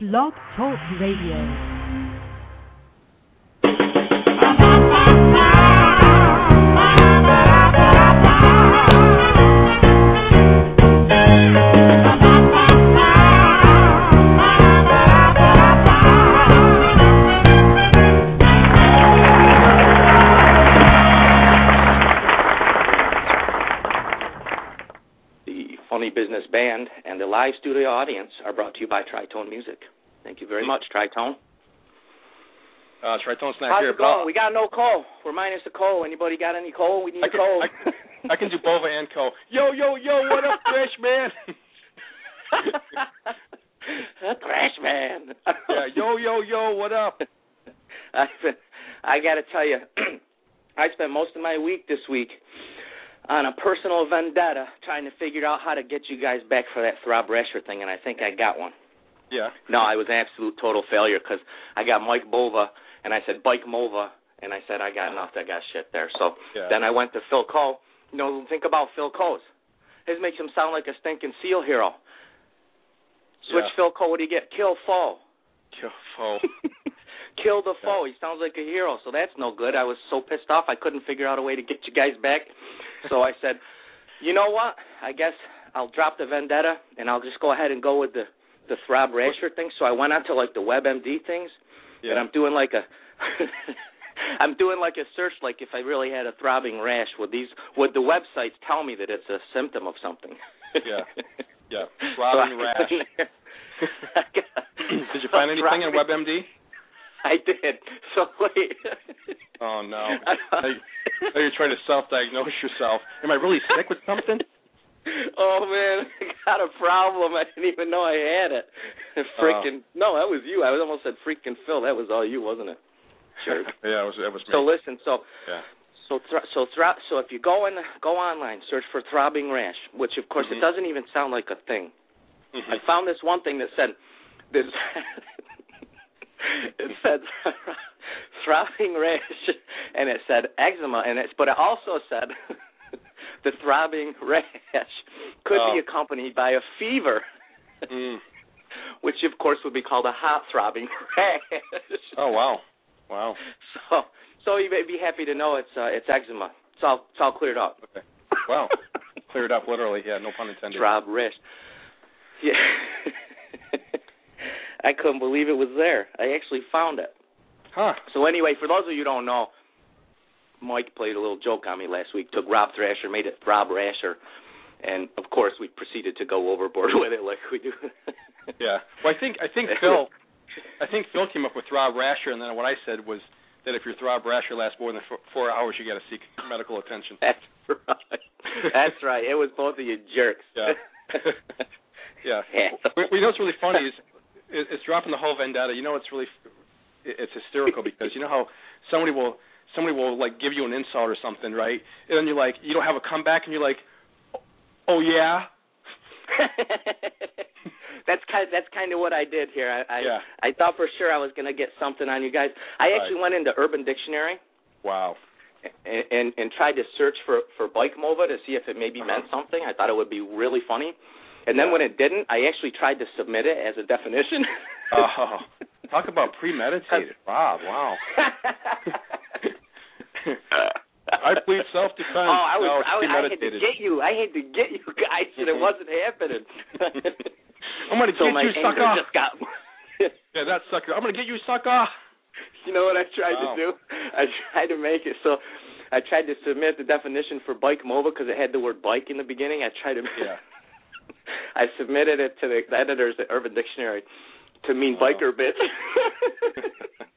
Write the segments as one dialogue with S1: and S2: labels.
S1: Blog Talk Radio.
S2: The Funny Business Band and the live studio audience are brought to you by Tritone Music. Thank you very much, Tritone.
S3: Uh, Tritone's not
S2: How's
S3: here,
S2: it
S3: but I'll-
S2: going? We got no coal. We're minus the coal. Anybody got any coal? We need
S3: I
S2: a
S3: can-
S2: coal.
S3: I can do Bova and Co. Yo, yo, yo, what up, Fresh Man?
S2: Trash man.
S3: yeah, yo, yo, yo, what up?
S2: I've been, I got to tell you, I spent most of my week this week on a personal vendetta trying to figure out how to get you guys back for that Throb Rasher thing, and I think I got one.
S3: Yeah.
S2: No, I was an absolute total failure because I got Mike Bova and I said Bike Mova and I said I got nothing. I got shit there. So
S3: Yeah.
S2: then I went to Phil Cole. You know, think about Phil Cole's. His makes him sound like a stinking seal hero. Switch
S3: Yeah.
S2: Phil Cole. What do you get? Kill foe.
S3: Yo, fo.
S2: Kill the foe. He sounds like a hero. So that's no good. I was so pissed off. I couldn't figure out a way to get you guys back. So I said, you know what? I guess I'll drop the vendetta and I'll just go ahead and go with the the Throb Rasher thing. So I went on to like the WebMD things and
S3: Yeah.
S2: I'm doing like a I'm doing like a search like if I really had a throbbing rash would these would the websites tell me that it's a symptom of something?
S3: Yeah. Yeah. Throbbing
S2: So I-
S3: rash. Did you find anything in
S2: Throbbing-
S3: WebMD?
S2: I did. So wait.
S3: Oh no. Now you- now you're trying to self-diagnose yourself. Am I really sick with something?
S2: Oh man, I got a problem. I didn't even know I had it. Freaking
S3: Oh.
S2: no, that was you. I almost said freaking Phil. That was all you, wasn't it? Jerk.
S3: yeah, it was it was me.
S2: so listen. So
S3: yeah.
S2: so thro- so thro- so if you go in go online, search for throbbing rash, which of course
S3: Mhm.
S2: it doesn't even sound like a thing. I
S3: Mhm.
S2: found this one thing that said this it said throbbing rash and it said eczema and it's but it also said the throbbing rash could
S3: Oh.
S2: be accompanied by a fever
S3: Mm.
S2: which of course would be called a hot throbbing rash
S3: Oh wow. Wow.
S2: so so you may be happy to know it's uh, it's eczema it's all it's all cleared up
S3: Okay. Wow. Cleared up literally. Yeah, no pun intended.
S2: Rob Risch. Yeah. I couldn't believe it was there. I actually found it.
S3: Huh.
S2: So anyway, for those of you who don't know, Mike played a little joke on me last week, took Rob Thrasher, made it Rob Rasher, and of course we proceeded to go overboard with it like we do.
S3: Yeah. Well, I think I think Phil I think Phil came up with Throb Rasher, and then what I said was that if your Throb Rasher lasts more than four, four hours, you got to seek medical attention.
S2: That's right. That's right. It was both of you jerks.
S3: Yeah. yeah.
S2: Yeah.
S3: We, we know what's really funny is it, it's dropping the whole vendetta. You know, it's really it, it's hysterical because you know how somebody will somebody will like give you an insult or something, right? And then you're like, you don't have a comeback, and you're like, oh yeah,
S2: that's kind. That's kind of what I did here. I I,
S3: Yeah.
S2: I thought for sure I was going to get something on you guys. I actually went into Urban Dictionary
S3: wow,
S2: and, and and tried to search for for bike mova to see if it
S3: Uh-huh.
S2: maybe meant something. I thought it would be really funny, and then when it didn't, I actually tried to submit it as a definition.
S3: oh, talk about premeditated, Bob, wow. I plead self-defense.
S2: Oh, I was,
S3: No, it's
S2: I, was I had to
S3: premeditated.
S2: get you. I had to get you guys, and it
S3: Mhm.
S2: wasn't happening.
S3: I'm gonna
S2: so
S3: get
S2: my
S3: you,
S2: anger
S3: sucker.
S2: just got.
S3: Yeah, that sucker. I'm gonna get you, sucker.
S2: you know what I tried
S3: Wow.
S2: to do? I tried to make it so. I tried to submit the definition for bike mova because it had the word bike in the beginning. I tried to.
S3: Yeah.
S2: I submitted it to the, the editors at Urban Dictionary to mean
S3: Wow.
S2: biker bitch.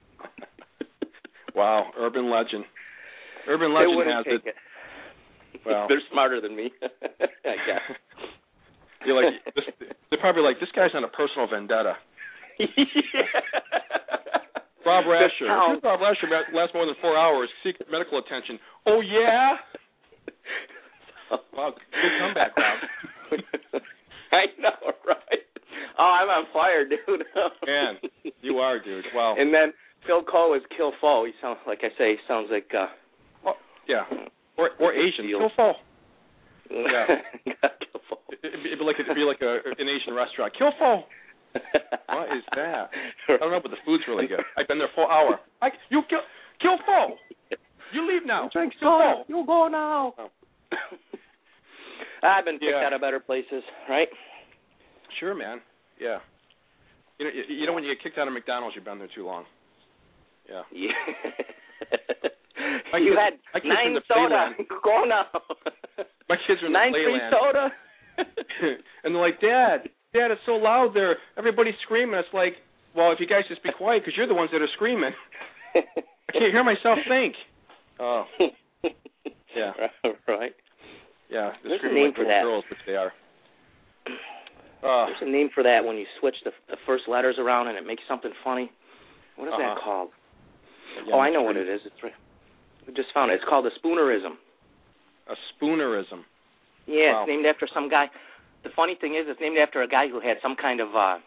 S3: Wow, urban legend. Urban
S2: they
S3: legend
S2: wouldn't
S3: has
S2: take
S3: it.
S2: it.
S3: Wow.
S2: They're smarter than me. I guess.
S3: You're like, this, they're probably like, this guy's on a personal vendetta.
S2: yeah.
S3: Rob
S2: That
S3: Rasher.
S2: sounds-
S3: If Rob Rasher ma- lasts more than four hours, seek medical attention. Oh yeah. Wow, good comeback, Rob.
S2: I know, right? Oh, I'm on fire, dude.
S3: Man, You are, dude.
S4: Oh.
S3: Wow.
S2: And then Phil Cole is Kill Foe. He sounds like I say, he sounds like uh
S3: yeah. Or or Asian.
S2: Deal.
S3: He'll fall. Yeah.
S2: Kill Foe.
S3: It'd be it'd be like it'd be like a an Asian restaurant. Kill fall. What is that? I don't know, but the food's really good. I've been there for an hour. I, you kill, kill foe. You leave now.
S4: Drink
S3: Kill
S4: soda.
S3: foe.
S4: You go now.
S2: I've been picked
S3: Yeah.
S2: out of better places, right?
S3: Sure, man. Yeah. You know, you, you know when you get kicked out of McDonald's, you've been there too long. Yeah.
S2: Yeah.
S3: My
S2: you
S3: kids-
S2: had
S3: my kids
S2: nine
S3: in the
S2: soda. Go now.
S3: My kids are in
S2: nine
S3: the
S2: free
S3: playland.
S2: soda.
S3: and they're like, Dad, Dad, it's so loud there. Everybody's screaming. It's like, well, if you guys just be quiet, because you're the ones that are screaming. I can't hear myself think. Oh, Yeah.
S2: Right.
S3: yeah.
S2: There's
S3: They're
S2: a
S3: screaming
S2: name
S3: like
S2: for
S3: little
S2: that. Oh,
S3: girls, which they are. Uh,
S2: There's a name for that when you switch the, the first letters around and it makes something funny. What is
S3: Uh-huh.
S2: that called?
S3: yeah,
S2: oh, I know what it is. It's right. We just found it. It's called a spoonerism.
S3: A spoonerism.
S2: Yeah,
S3: Wow.
S2: it's named after some guy. The funny thing is, it's named after a guy who had some kind of uh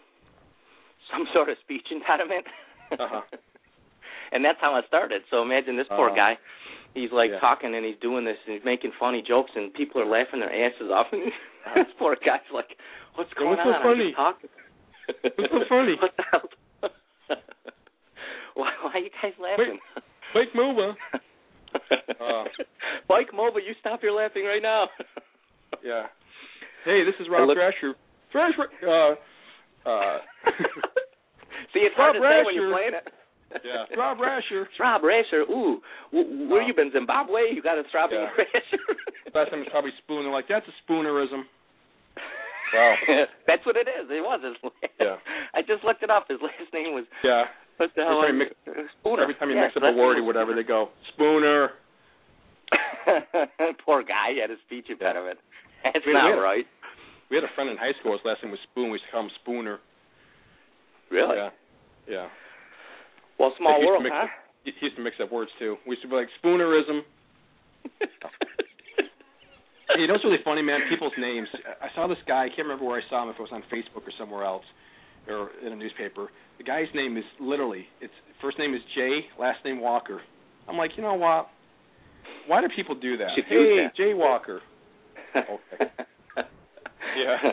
S2: some sort of speech impediment.
S3: Uh-huh.
S2: and that's how it started. So imagine this
S3: Uh,
S2: poor guy. He's like
S3: yeah.
S2: talking and he's doing this and he's making funny jokes and people are laughing their asses off and this poor guy's like, "What's
S3: Yeah,
S2: going
S3: what's
S2: on?
S3: Uh-huh. so
S2: I'm
S3: funny?
S2: just talking."
S3: What's so funny?
S2: what the hell? why, why are you guys laughing?
S3: Mike Muba. Uh.
S2: Mike Mova, you stop your laughing right now.
S3: Yeah. Hey, this is Rob
S2: look-
S3: Thrasher. Thrasher. Uh, uh,
S2: See, it's
S3: Rob
S2: hard to say when
S3: Rasher.
S2: you're playing it.
S3: yeah. Rob Rasher.
S2: It's Rob Rasher. Ooh, w- where
S3: Wow.
S2: you been, Zimbabwe? You got a Rob
S3: Yeah.
S2: Rasher.
S3: Last time was probably spoon. They're like, that's a spoonerism.
S2: Wow.
S3: Wow.
S2: That's what it is. It was his last.
S3: Yeah.
S2: I just looked it up. His last name was
S3: Yeah.
S2: what the hell?
S3: Every time you
S2: was it? Spooner.
S3: Every time you
S2: Yeah,
S3: mix up
S2: so
S3: a
S2: that's what
S3: word or
S2: it
S3: whatever, they go spooner.
S2: was. Poor guy. He had a speech impediment. That's
S3: We- we
S2: not
S3: had a-
S2: right.
S3: We had a friend in high school. His last name was Spoon. We used to call him Spooner.
S2: Really?
S3: Yeah. Yeah.
S2: Well, small
S3: They used to
S2: world,
S3: mix
S2: huh?
S3: He he used to mix up words too. We used to be like spoonerism. You know what's really funny, man? People's names. I saw this guy. I can't remember where I saw him. If it was on Facebook or somewhere else, or in a newspaper. The guy's name is literally. It's first name is Jay. Last name Walker. I'm like, you know what? Why do people do that?
S2: Should do
S3: hey,
S2: that.
S3: Jay Walker. Okay. Yeah.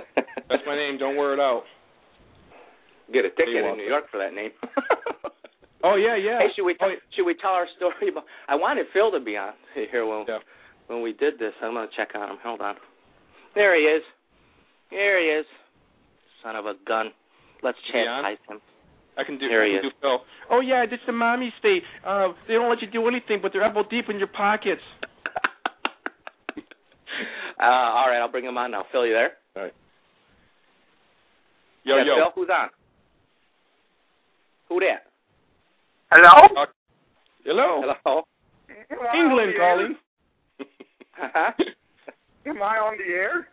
S3: That's my name. Don't wear it out.
S2: Get a ticket
S3: Jaywalker.
S2: in New York for that name.
S3: Oh yeah, yeah.
S2: Hey, should we
S3: Oh, yeah.
S2: should we tell our story? About, I wanted Phil to be on here when
S3: Yeah.
S2: when we did this. I'm gonna check on him. Hold on. There he is. There he is. Son of a gun. Let's
S3: Is he on?
S2: chastise him.
S3: I can do.
S2: There
S3: I
S2: he
S3: can do Phil. Oh yeah, it's the mommy state. Uh, they don't let you do anything, but they're elbow deep in your pockets.
S2: uh, all right, I'll bring him on now. Phil, you there?
S3: Yo
S2: yeah,
S3: yo.
S2: Phil, who's on? Who that?
S4: Hello?
S3: Hello.
S2: Hello.
S3: England calling.
S2: Uh-huh.
S4: Am I on the air?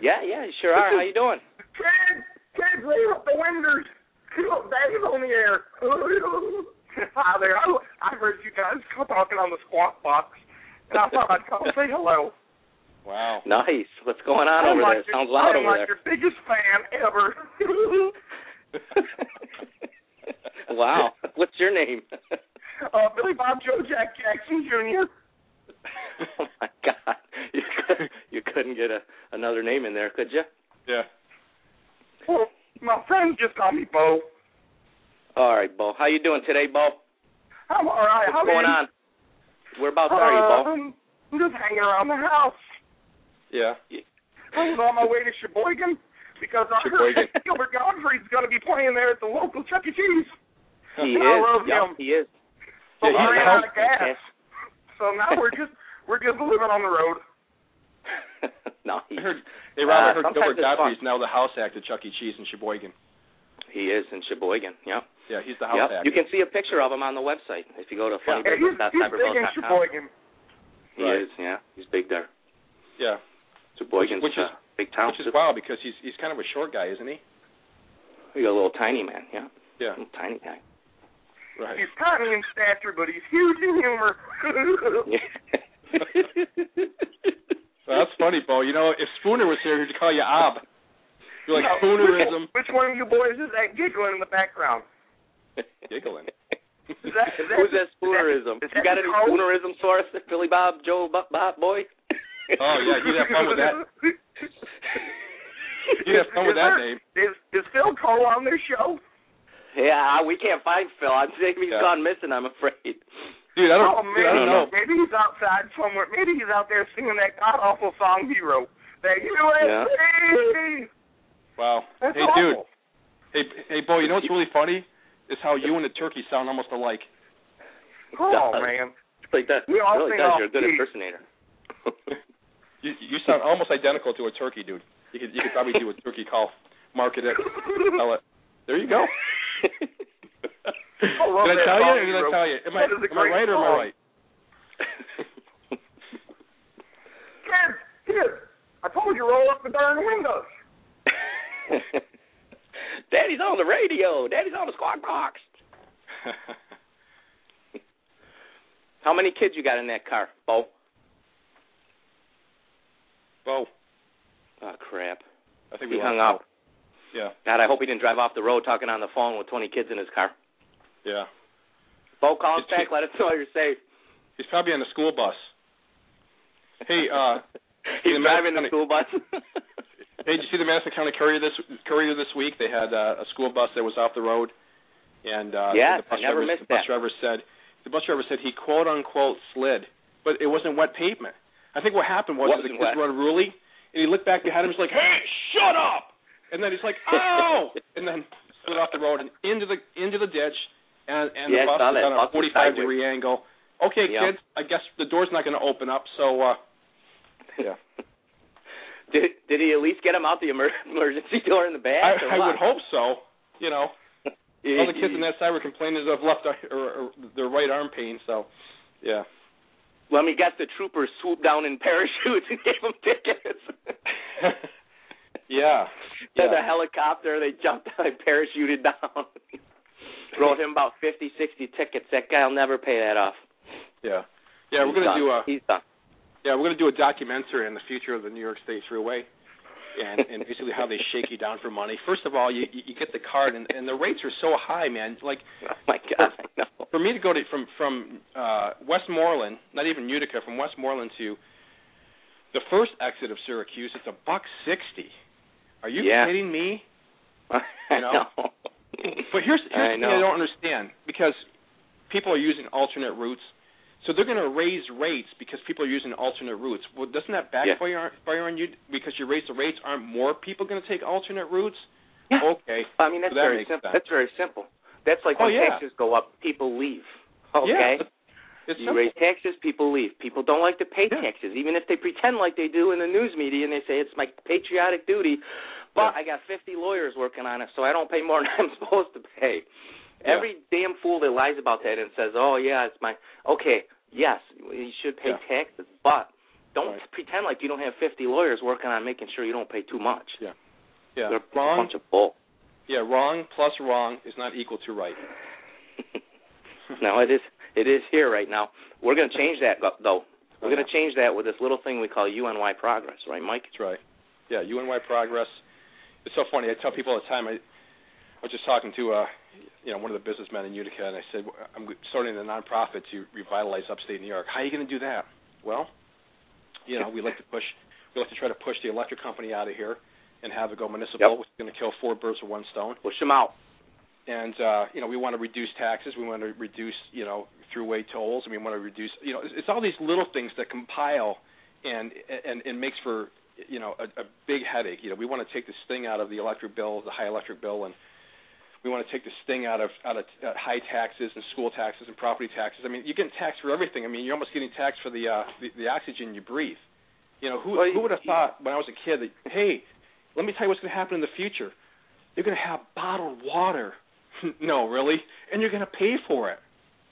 S2: yeah, yeah, you sure are. How you doing?
S4: Kids, kids, leave up the windows. Dave's on the air. Hi there. I, I heard you guys talking on the squawk box, and I thought I'd come say hello.
S3: Wow.
S2: Nice. What's going on
S4: I'm
S2: over there?
S4: like your-
S2: Sounds loud
S4: I'm
S2: over
S4: like
S2: there.
S4: your biggest fan ever.
S2: wow. What's your name?
S4: uh, Billy Bob Joe Jack Jackson Jr.
S2: oh my God. You could, you couldn't get a another name in there, could you?
S3: Yeah.
S4: Well, my friends just call me Bo.
S2: All right, Bo. How you doing today, Bo?
S4: I'm all right.
S2: What's
S4: How
S2: going
S4: are you?
S2: on? Whereabouts are you, Bo?
S4: Um, I'm just hanging around the house.
S3: Yeah.
S4: I was on my way to Sheboygan because I
S3: Sheboygan.
S4: heard Gilbert Godfrey's going to be playing there at the local Chuck E. Cheese.
S2: He
S4: I
S2: is.
S4: love
S2: Yup,
S4: him.
S2: he is.
S4: So
S3: Yeah,
S4: I
S3: he's a
S4: ran
S3: house
S4: out of gas. So now we're just we're just living on the road.
S2: no, he,
S3: I heard. Hey, Rob, I
S2: Uh,
S3: heard
S2: sometimes
S3: Gilbert
S2: it's
S3: Godfrey is
S2: fun.
S3: now the house actor, Chuck E. Cheese in Sheboygan.
S2: he is in Sheboygan. Yep.
S3: Yeah, he's the house
S2: Yep.
S3: actor.
S2: You can see a picture of him on the website if you go to
S3: Yeah.
S4: Oh, Yeah, he's, he's big in
S2: funnybusiness.cyberbill.com.
S4: Sheboygan.
S2: He
S3: Right.
S2: is, yeah. He's big there.
S3: yeah,
S2: Sheboygan's
S3: Which is-
S2: a big town.
S3: which is wild because he's he's kind of a short guy, isn't he?
S2: He's a little tiny man, yeah.
S3: Yeah.
S2: Little tiny guy.
S3: Right.
S4: He's tiny in stature, but he's huge in humor.
S2: Yeah.
S3: Well, that's funny, Bo. You know, if Spooner was here, he'd call you Ob. You're like
S4: No,
S3: Spoonerism.
S4: Which, which one of you boys is that giggling in the background?
S3: Giggling.
S4: Is that, is that,
S2: Who's that spoonerism?
S4: is that
S2: you got any
S4: Nicole?
S2: spoonerism source? Billy Bob, Joe Bob, Bob Boy?
S3: Oh yeah, you'd have fun with that. You have fun with
S4: Is
S3: that
S4: there-
S3: name.
S4: Is is Phil Cole on this show?
S2: Yeah, we can't find Phil. I think he's
S3: Yeah.
S2: gone missing. I'm afraid.
S3: Dude, I don't,
S4: oh,
S3: dude,
S4: maybe
S3: I don't know.
S4: maybe he's outside somewhere. Maybe he's out there singing that god awful song he wrote. That USA.
S3: Wow.
S4: That's
S3: hey,
S4: awful.
S3: dude. Hey, hey, Bo. You know what's really funny is how you and the turkey sound almost alike.
S4: Oh
S2: Yeah.
S4: man.
S2: Like that.
S4: We all
S2: really
S4: sing
S2: does.
S4: off
S2: You're a good
S4: key.
S2: impersonator.
S3: You, you sound almost identical to a turkey, dude. You could, you could probably do a turkey call, market it, sell it. There you go. Did
S4: love
S3: I
S4: that
S3: tell you?
S4: song
S3: Or
S4: you
S3: did I
S4: wrote.
S3: tell you? Am I,
S4: That is a
S3: am I
S4: great
S3: right or am I
S4: song.
S3: right?
S4: Kids, kids, I told you roll up the darn windows.
S2: Daddy's on the radio. Daddy's on the squawk box. How many kids you got in that car, Oh, Bo?
S3: Bo,
S2: Oh crap.
S3: I think
S2: He
S3: we
S2: hung up.
S3: lost Bo. Yeah,
S2: God, I hope he didn't drive off the road talking on the phone with 20 kids in his car.
S3: yeah.
S2: Bo, call us
S3: It's-
S2: back. Let us know you're safe.
S3: He's probably on the school bus. Hey, uh,
S2: he's
S3: the
S2: driving
S3: Madison
S2: the school bus.
S3: Hey, did you see the Madison County Courier this Courier this week? They had uh, a school bus that was off the road, and uh,
S2: Yes,
S3: the bus
S2: I never
S3: driver,
S2: missed
S3: the bus
S2: that.
S3: driver said the bus driver said he quote unquote slid, but it wasn't wet pavement. I think what happened was
S2: Wasn't
S3: the
S2: wet.
S3: kids were unruly, and he looked back behind him and was like, "Hey, shut up!" And then he's like, "Ow!" and then slid off the road and into the into the ditch, and and
S2: Yeah, I
S3: the bus
S2: saw that.
S3: was on
S2: Bus
S3: a
S2: was
S3: 45
S2: sideways.
S3: degree angle. Okay,
S2: Yep.
S3: kids, I guess the door's not going to open up, so uh yeah.
S2: Did did he at least get him out the emer- emergency door in the
S3: I,
S2: back? or
S3: I
S2: what?
S3: would hope so. You know.
S2: He-
S3: All the kids on that side were complaining of left ar- or, or their right arm pain. So, yeah.
S2: Let me guess. The troopers swooped down in parachutes and gave him tickets.
S3: yeah.
S2: Then the
S3: Yeah.
S2: helicopter, they jumped out and parachuted down. Wrote him about fifty, sixty tickets. That guy'll never pay that off.
S3: Yeah. Yeah, we're
S2: He's
S3: gonna
S2: done.
S3: do a
S2: He's done.
S3: yeah we're gonna do a documentary on the future of the New York State Thruway, and and basically how they shake you down for money. First of all, you you you get the card, and and the rates are so high, man. Like
S2: Oh my God, I know.
S3: for me to go to from from uh Westmoreland, not even Utica, from Westmoreland to the first exit of Syracuse, it's a buck sixty. Are you
S2: Yeah.
S3: kidding me?
S2: I know. I
S3: But here's here's the thing I
S2: know.
S3: don't understand because people are using alternate routes, so they're going to raise rates because people are using alternate routes. Well, doesn't that backfire fire on you because you raise the rates? Aren't more people going to take alternate routes?
S2: Yeah.
S3: Okay,
S2: I mean, that's
S3: So that
S2: very
S3: makes
S2: simple.
S3: sense.
S2: That's very simple. That's like
S3: Oh,
S2: when
S3: yeah.
S2: taxes go up, people leave. Okay.
S3: yeah, it's
S2: you raise taxes, people leave. People don't like to pay
S3: Yeah.
S2: taxes, even if they pretend like they do in the news media and they say it's my patriotic duty. But I got 50 lawyers working on it, so I don't pay more than I'm supposed to pay.
S3: Yeah.
S2: Every damn fool that lies about that and says, "Oh yeah, it's my okay." Yes, you should pay
S3: Yeah.
S2: taxes, but don't
S3: Right.
S2: pretend like you don't have 50 lawyers working on making sure you don't pay too much.
S3: yeah.
S2: They're a
S3: wrong,
S2: bunch of bull.
S3: yeah, wrong plus wrong is not equal to right.
S2: No, it is it is here right now. We're going to change that though. We're going
S3: Yeah.
S2: to change that with this little thing we call UNY Progress, right, Mike?
S3: That's right. Yeah, UNY Progress. It's so funny. I tell people all the time. I, I was just talking to uh, you know, one of the businessmen in Utica, and I said I'm starting a nonprofit to revitalize upstate New York. How are you going to do that? Well, you know, we like to push. We like to try to push the electric company out of here and have it go municipal,
S2: Yep.
S3: which is going to kill four birds with one stone
S2: Push them out.
S3: and uh you know we want to reduce taxes we want to reduce you know throughway tolls and we want to reduce you know it's, it's all these little things that compile and and and makes for you know a, a big headache you know we want to take this thing out of the electric bill the high electric bill and we want to take this thing out of out of uh, high taxes and school taxes and property taxes i mean you're getting taxed for everything i mean you're almost getting taxed for the uh the, the oxygen you breathe you know who
S2: Well,
S3: who would have thought when i was a kid that hey let me tell you what's going to happen in the future you're going to have bottled water no, really? And you're going to pay for it.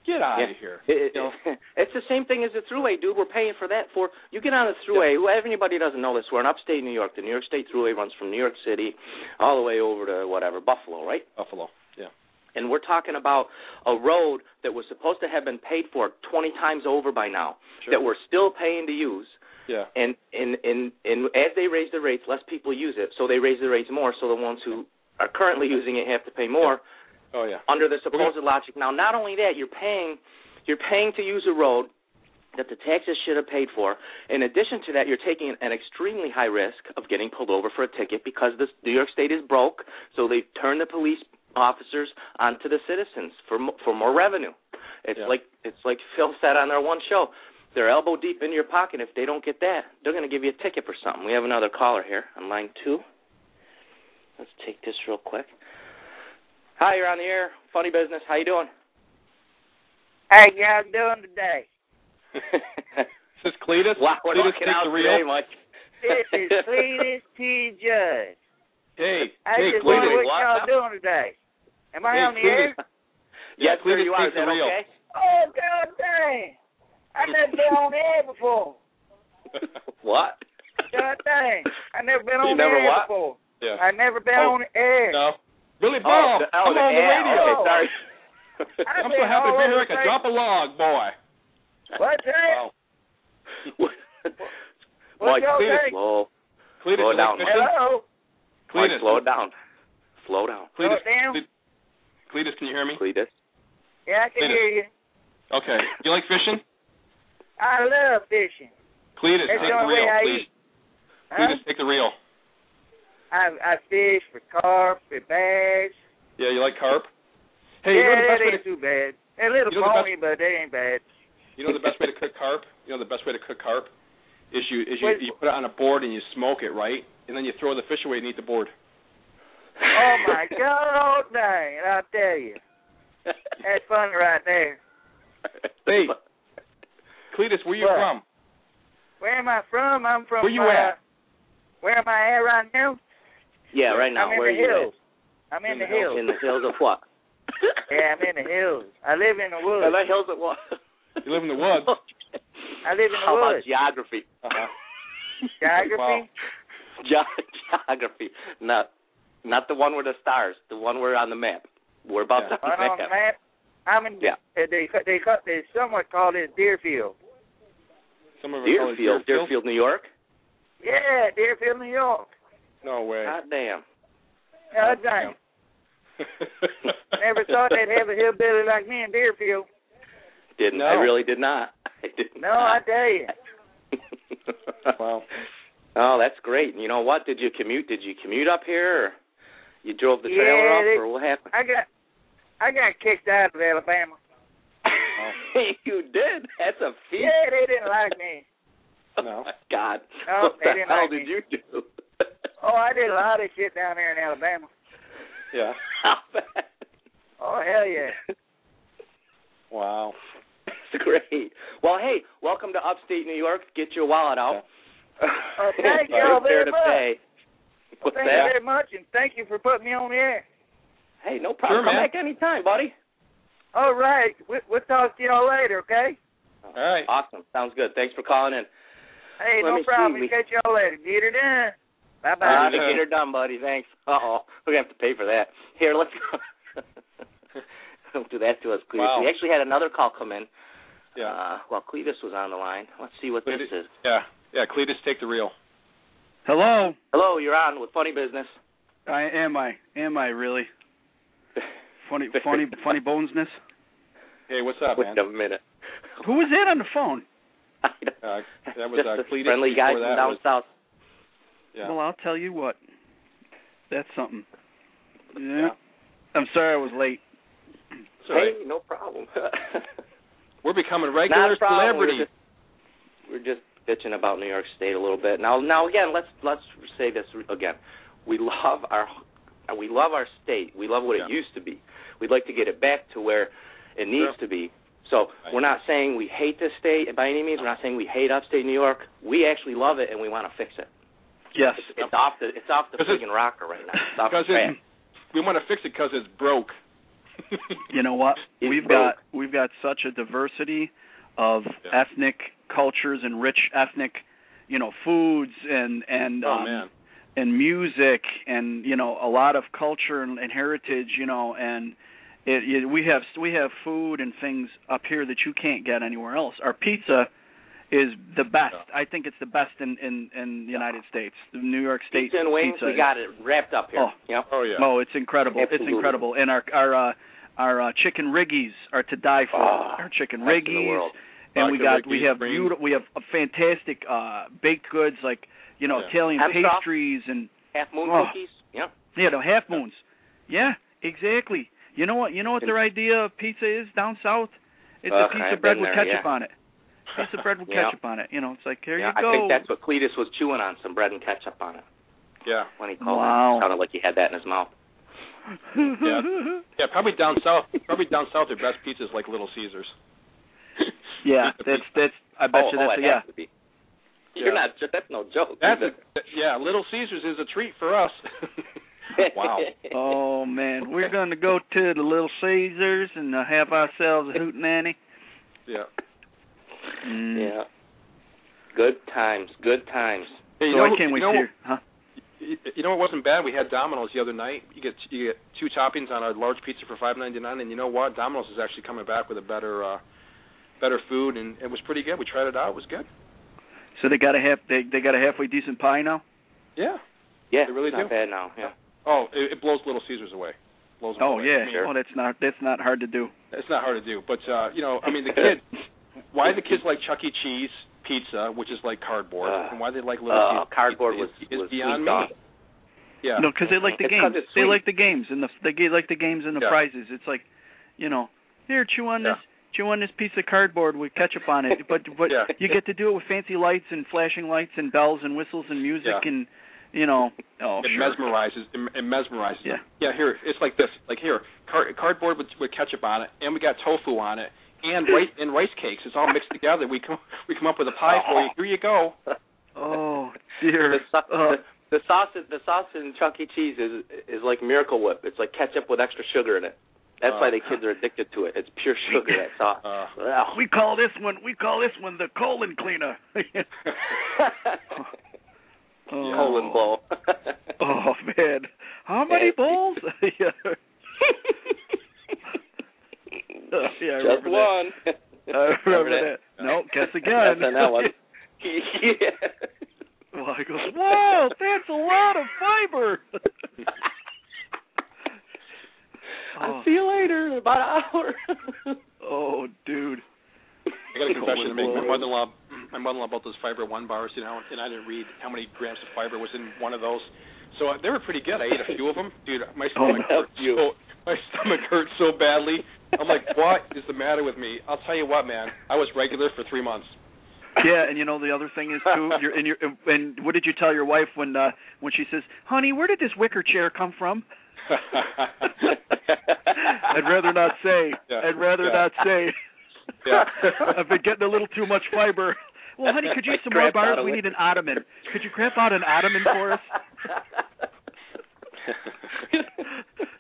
S3: Get out
S2: Yeah.
S3: of here.
S2: It-
S3: You know?
S2: it- it's the same thing as the throughway, dude. We're paying for that for you get on the throughway. Who Everybody doesn't know this. We're in upstate New York. The New York State Thruway runs from New York City all the way over to whatever Buffalo, right?
S3: Buffalo. Yeah.
S2: and we're talking about a road that was supposed to have been paid for 20 times over by now
S3: Sure.
S2: that we're still paying to use
S3: Yeah.
S2: and and and and as they raise the rates less people use it so they raise the rates more so the ones who are currently using it have to pay more
S3: Oh yeah.
S2: under the supposed logic now not only that you're paying you're paying to use a road that the taxes should have paid for. In addition to that, you're taking an extremely high risk of getting pulled over for a ticket because this, New York State is broke, so they've turned the police officers onto the citizens for mo- for more revenue. It's
S3: Yeah.
S2: like it's like Phil said on their one show. They're elbow deep in your pocket. If they don't get that, they're going to give you a ticket for something. We have another caller here on line two. Let's take this real quick. Hi, you're on the air. Funny business. How you doing?
S5: How y'all doing today?
S3: This is Cletus.
S2: wow, we're
S3: Cletus
S2: looking
S3: take
S2: out
S3: the
S2: today,
S3: real.
S2: Mike.
S5: This is Cletus T. Judge.
S3: Hey,
S5: I
S3: hey,
S5: just wonder
S3: Cletus.
S5: what y'all doing today. Am I
S3: Hey,
S5: on the
S3: Cletus.
S5: air?
S2: Yes,
S3: Yeah,
S2: sir,
S3: Cletus
S2: you are. Is
S3: take the
S2: that
S3: real.
S2: okay?
S5: Oh God dang! I never been on the air before.
S2: What?
S5: God dang! I never been
S2: You
S5: on the
S2: never
S5: air
S2: what?
S5: before.
S3: yeah.
S5: I never been
S3: Oh,
S5: on the air.
S3: No. Billy
S2: Oh,
S3: Bob,
S2: the, oh,
S3: I'm
S2: the
S3: on the
S2: air.
S3: radio.
S2: Okay, sorry.
S5: I
S3: I'm so
S5: been
S3: happy to
S5: all
S3: be here.
S5: over
S3: I
S5: the
S3: could drop a log, boy.
S5: place. What's that?
S3: Wow.
S5: What's
S2: Mike,
S5: your
S2: Cletus,
S5: take?
S2: slow.
S3: Cletus,
S2: Slow down,
S3: you like
S2: Mike.
S3: fishing?
S5: Hello.
S2: Mike,
S3: Cletus,
S2: slow down. Slow down,
S3: Cletus,
S5: Slow down.
S3: Cle- Cletus, can you hear me?
S2: Cletus.
S5: Yeah, I can
S3: Cletus.
S5: hear you.
S3: Okay. You like fishing?
S5: I love fishing.
S3: Cletus,
S5: That's
S3: take
S5: the
S3: the
S5: only way
S3: reel.
S5: I
S3: Cletus,
S5: eat. Huh?
S3: Cletus, take the reel.
S5: I I fish for carp, for bass.
S3: Yeah, you like carp? Hey, you know
S5: yeah,
S3: the best
S5: that
S3: way to
S5: ain't too bad. A little
S3: You know the
S5: bony, but that ain't bad.
S3: You know the best way to cook carp. You know the best way to cook carp is you is you,
S5: Wait.
S3: you put it on a board and you smoke it, right? And then you throw the fish away and eat the board.
S5: Oh my God, dang! I tell you, that's fun right there.
S3: Hey. Cletus, where you
S5: What?
S3: from?
S5: Where am I from? I'm from.
S3: Where you
S5: uh,
S3: at?
S5: Where am I at right now?
S2: Yeah, right now.
S5: I'm in
S2: where
S5: the
S2: are you
S5: hills. I'm in,
S3: In
S5: the
S3: the hills.
S5: hills.
S2: at? In the hills of what?
S5: yeah, I'm in the hills. I live in the
S2: In
S5: woods.
S2: the hills of what?
S3: You live in the woods.
S5: I live in the
S2: How about
S5: woods.
S2: geography?
S3: Uh-huh.
S5: Geography.
S3: Wow.
S2: Ge- geography. Not, not the one with the stars. The one we're on the map. We're about
S3: Yeah.
S2: to
S5: Right on the map. I'm in.
S2: Yeah.
S5: uh, They ca- they ca- they somewhat call it Deerfield.
S3: Some of it called
S2: Deerfield, Deerfield, New York.
S5: Yeah, Deerfield, New York.
S3: No way.
S2: God damn.
S5: Yeah, that's right. Never thought they'd have a hillbilly like me in Deerfield.
S2: Didn't
S3: No.
S2: I really did not. I did
S5: No, I
S2: not.
S5: tell you.
S3: Wow.
S2: Oh, that's great. You know what? Did you commute? Did you commute up here? Or you drove the
S5: Yeah,
S2: trailer up,
S5: they-
S2: or what happened?
S5: I got I got kicked out of Alabama.
S2: you did. That's a feat.
S5: Yeah, they didn't like me.
S2: Oh
S3: No.
S2: my God.
S5: No,
S2: what
S5: Oh, they
S2: the
S5: didn't
S2: hell
S5: like
S2: did
S5: me.
S2: you do?
S5: Oh, I did a lot of shit down there in Alabama.
S3: Yeah.
S2: How bad?
S5: Oh hell yeah.
S3: Wow.
S2: That's great. Well, hey, welcome to upstate New York. Get your wallet out.
S5: Oh,
S2: It's
S5: thank you all
S2: there
S5: very
S2: to
S5: much.
S2: pay.
S5: Well,
S2: What's
S5: thank
S2: that?
S5: you very much, and thank you for putting me on the air.
S2: Hey, no problem.
S3: Sure,
S2: Come
S3: man.
S2: back anytime, buddy.
S5: All right, we, we'll talk to y'all later, okay?
S3: All right.
S2: Awesome. Sounds good. Thanks for calling in.
S5: Hey,
S2: Let
S5: no
S2: me see,
S5: problem.
S2: we-
S5: Catch y'all later. Get her done.
S2: Uh,
S5: Bye bye.
S2: to get her done, buddy. Thanks. Uh oh, we're gonna have to pay for that. Here, let's go. Don't do that to us, Cletus.
S3: Wow.
S2: We actually had another call come in
S3: Yeah.
S2: uh, while Cletus was on the line. Let's see what this
S3: Cletus-
S2: is.
S3: Yeah. Yeah. Cletus, take the reel.
S6: Hello.
S2: Hello, you're on with Funny Business.
S6: I am I am I really funny funny funny bonesness.
S3: Hey, what's up,
S2: Wait
S3: man?
S2: a minute.
S6: Who was that on the phone?
S2: I don't-
S3: Uh, that was
S2: Just
S3: uh,
S2: a
S3: Cletus
S2: friendly guy
S3: before
S2: from
S3: that
S2: down
S3: was-
S2: south.
S3: yeah.
S6: Well, I'll tell you what. That's something. Yeah.
S3: Yeah.
S6: I'm sorry I was late.
S3: It's all right.
S2: Hey, no problem.
S3: We're becoming
S2: Not
S3: regular
S2: a problem. We're
S3: celebrities.
S2: just, we're just bitching about New York State a little bit. Now, now again, let's let's say this again. We love our we love our state. We love what
S3: Yeah.
S2: it used to be. We'd like to get it back to where it needs to
S3: Sure.
S2: be. So
S3: Right.
S2: we're not saying we hate this state by any means. We're not saying we hate upstate New York. We actually love it and we want to fix it.
S6: Yes.
S2: It's, it's off the it's off the
S3: Because it's-
S2: freaking rocker right now. It's off the
S3: Because
S2: track.
S3: it, we want to fix it because it's broke.
S6: You know what?
S2: It's
S6: We've
S2: broke.
S6: got we've got such a diversity of
S3: Yeah.
S6: ethnic cultures and rich ethnic, you know, foods and and
S3: oh
S6: um,
S3: man,
S6: and music and you know a lot of culture and, and heritage you know and it, it we have we have food and things up here that you can't get anywhere else our pizza is the best i think it's the best in in in the united states the new york state
S2: Pizza and wings,
S6: pizza
S2: we
S6: is-
S2: got it wrapped up here.
S6: Oh.
S2: Yep.
S3: oh yeah.
S6: oh it's incredible
S2: Absolutely.
S6: it's incredible and our our uh our uh, chicken riggies are to die for
S2: Oh,
S6: our chicken
S2: Best in the
S6: riggies
S2: world.
S6: and we
S3: Vodka,
S6: got
S3: Ricky's,
S6: we have
S3: Green.
S6: beautiful, we have a fantastic uh baked goods like you know
S3: Yeah.
S6: Italian
S2: Ham chop.
S6: pastries and
S2: Half moon
S6: Oh.
S2: cookies. Yeah.
S6: you know half moons. Yeah, exactly. You know what? You know what their idea of pizza is down south? It's
S2: Ugh,
S6: a piece
S2: I've
S6: of bread
S2: Uh, been
S6: with
S2: there,
S6: ketchup
S2: yeah.
S6: on it. Piece of bread with
S2: Yeah.
S6: ketchup on it. You know, it's like here
S2: yeah,
S6: you go.
S2: I think that's what Cletus was chewing on, some bread and ketchup on it
S3: yeah,
S2: when he called
S6: Wow.
S2: it. Sounded like he had that in his mouth.
S3: Yeah. yeah. Probably down south. Probably down south. Their best pizza is like Little Caesars.
S6: Yeah,
S3: Pizza
S6: that's that's. I bet
S2: oh,
S6: you
S2: oh,
S6: that's
S2: it
S6: a, yeah.
S2: has to be. You're
S3: Yeah.
S2: not. That's no joke.
S3: That's
S2: is
S3: a, yeah. Little Caesars is a treat for us.
S2: it?
S3: wow.
S6: Oh man, we're going to go to the Little Caesars and uh, have ourselves a hootenanny.
S3: Yeah.
S6: Mm.
S2: Yeah. Good times. Good times.
S3: Hey, you
S6: so
S3: know,
S6: I can't
S3: you
S6: wait
S3: know,
S6: to hear. Huh?
S3: you you know it wasn't bad. We had Domino's the other night. You get you get two toppings on a large pizza for five ninety nine, and you know what? Domino's is actually coming back with a better uh better food, and it was pretty good. We tried it out. It was good.
S6: So they got a half. They they got a halfway decent pie now.
S3: Yeah.
S2: Yeah.
S3: They really
S2: it's not
S3: do.
S2: bad now. Yeah.
S3: Oh, it, it blows Little Caesars away. Blows them
S6: Oh
S3: away.
S6: yeah.
S3: I mean,
S6: Oh, that's not that's not hard to do.
S3: it's not hard to do, but uh, you know, I mean, the kids. Why the kids like Chuck E. Cheese pizza, which is like cardboard,
S2: Ugh.
S3: and why they like Little
S2: Uh,
S3: Caesars
S2: cardboard was
S3: pizza is, is
S2: was
S3: beyond
S2: sweet
S3: me.
S2: gone.
S3: Yeah.
S6: No, because they like the
S2: It's 'cause
S6: games.
S2: it's
S6: They
S2: sweet.
S6: like the games and the they get- like the games and the
S3: Yeah.
S6: prizes. It's like, you know, here chew on
S3: Yeah.
S6: this chew on this piece of cardboard with ketchup on it. But but
S3: Yeah.
S6: you get to do it with fancy lights and flashing lights and bells and whistles and music
S3: Yeah.
S6: and you know oh
S3: it
S6: sure.
S3: mesmerizes. It, it mesmerizes.
S6: Yeah.
S3: Yeah, here it's like this. Like here, car- cardboard with, with ketchup on it, and we got tofu on it, and rice and rice cakes. It's all mixed together. We come we come up with a pie for you. Here you go.
S6: Oh
S2: The,
S6: dear.
S2: sau-
S6: Uh,
S2: the, the sauce, is- the sauce in Chuck E. Cheese is is like Miracle Whip. It's like ketchup with extra sugar in it. That's
S3: Uh,
S2: why the kids are addicted to it. It's pure sugar that sauce.
S3: Uh,
S2: Ugh.
S6: we call this one we call this one the colon cleaner. oh.
S2: Colon blow.
S6: Oh man, how many
S2: Yeah.
S6: bowls? yeah. Oh, yeah, I
S2: Just
S6: remember
S2: one.
S6: That. I remember that. No, guess again.
S2: That's on that one. yeah.
S6: well, I goes, whoa, that's a lot of fiber.
S2: I'll
S6: oh,
S2: see you later. in About an hour.
S6: oh, dude.
S3: I got a confession to make. My
S6: Colon blow.
S3: mother-in-law, my mother-in-law bought those fiber one bars, you know, and I didn't read how many grams of fiber was in one of those. So uh, they were pretty good. I ate a few of them, dude. My stomach
S2: Oh,
S3: hurt
S2: you.
S3: so my stomach hurt so badly. I'm like, what is the matter with me? I'll tell you what, man. I was regular for three months.
S6: Yeah, and you know the other thing is too. You're, and, you're, and what did you tell your wife when uh, when she says, "Honey, where did this wicker chair come from?" I'd rather not say.
S3: Yeah,
S6: I'd rather
S3: yeah.
S6: not say.
S3: Yeah.
S6: I've been getting a little too much fiber. Well, honey, could you
S2: I
S6: have some more
S2: crapped out
S6: bars?
S2: a
S6: We
S2: little.
S6: need an ottoman. Could you crap out an ottoman for us?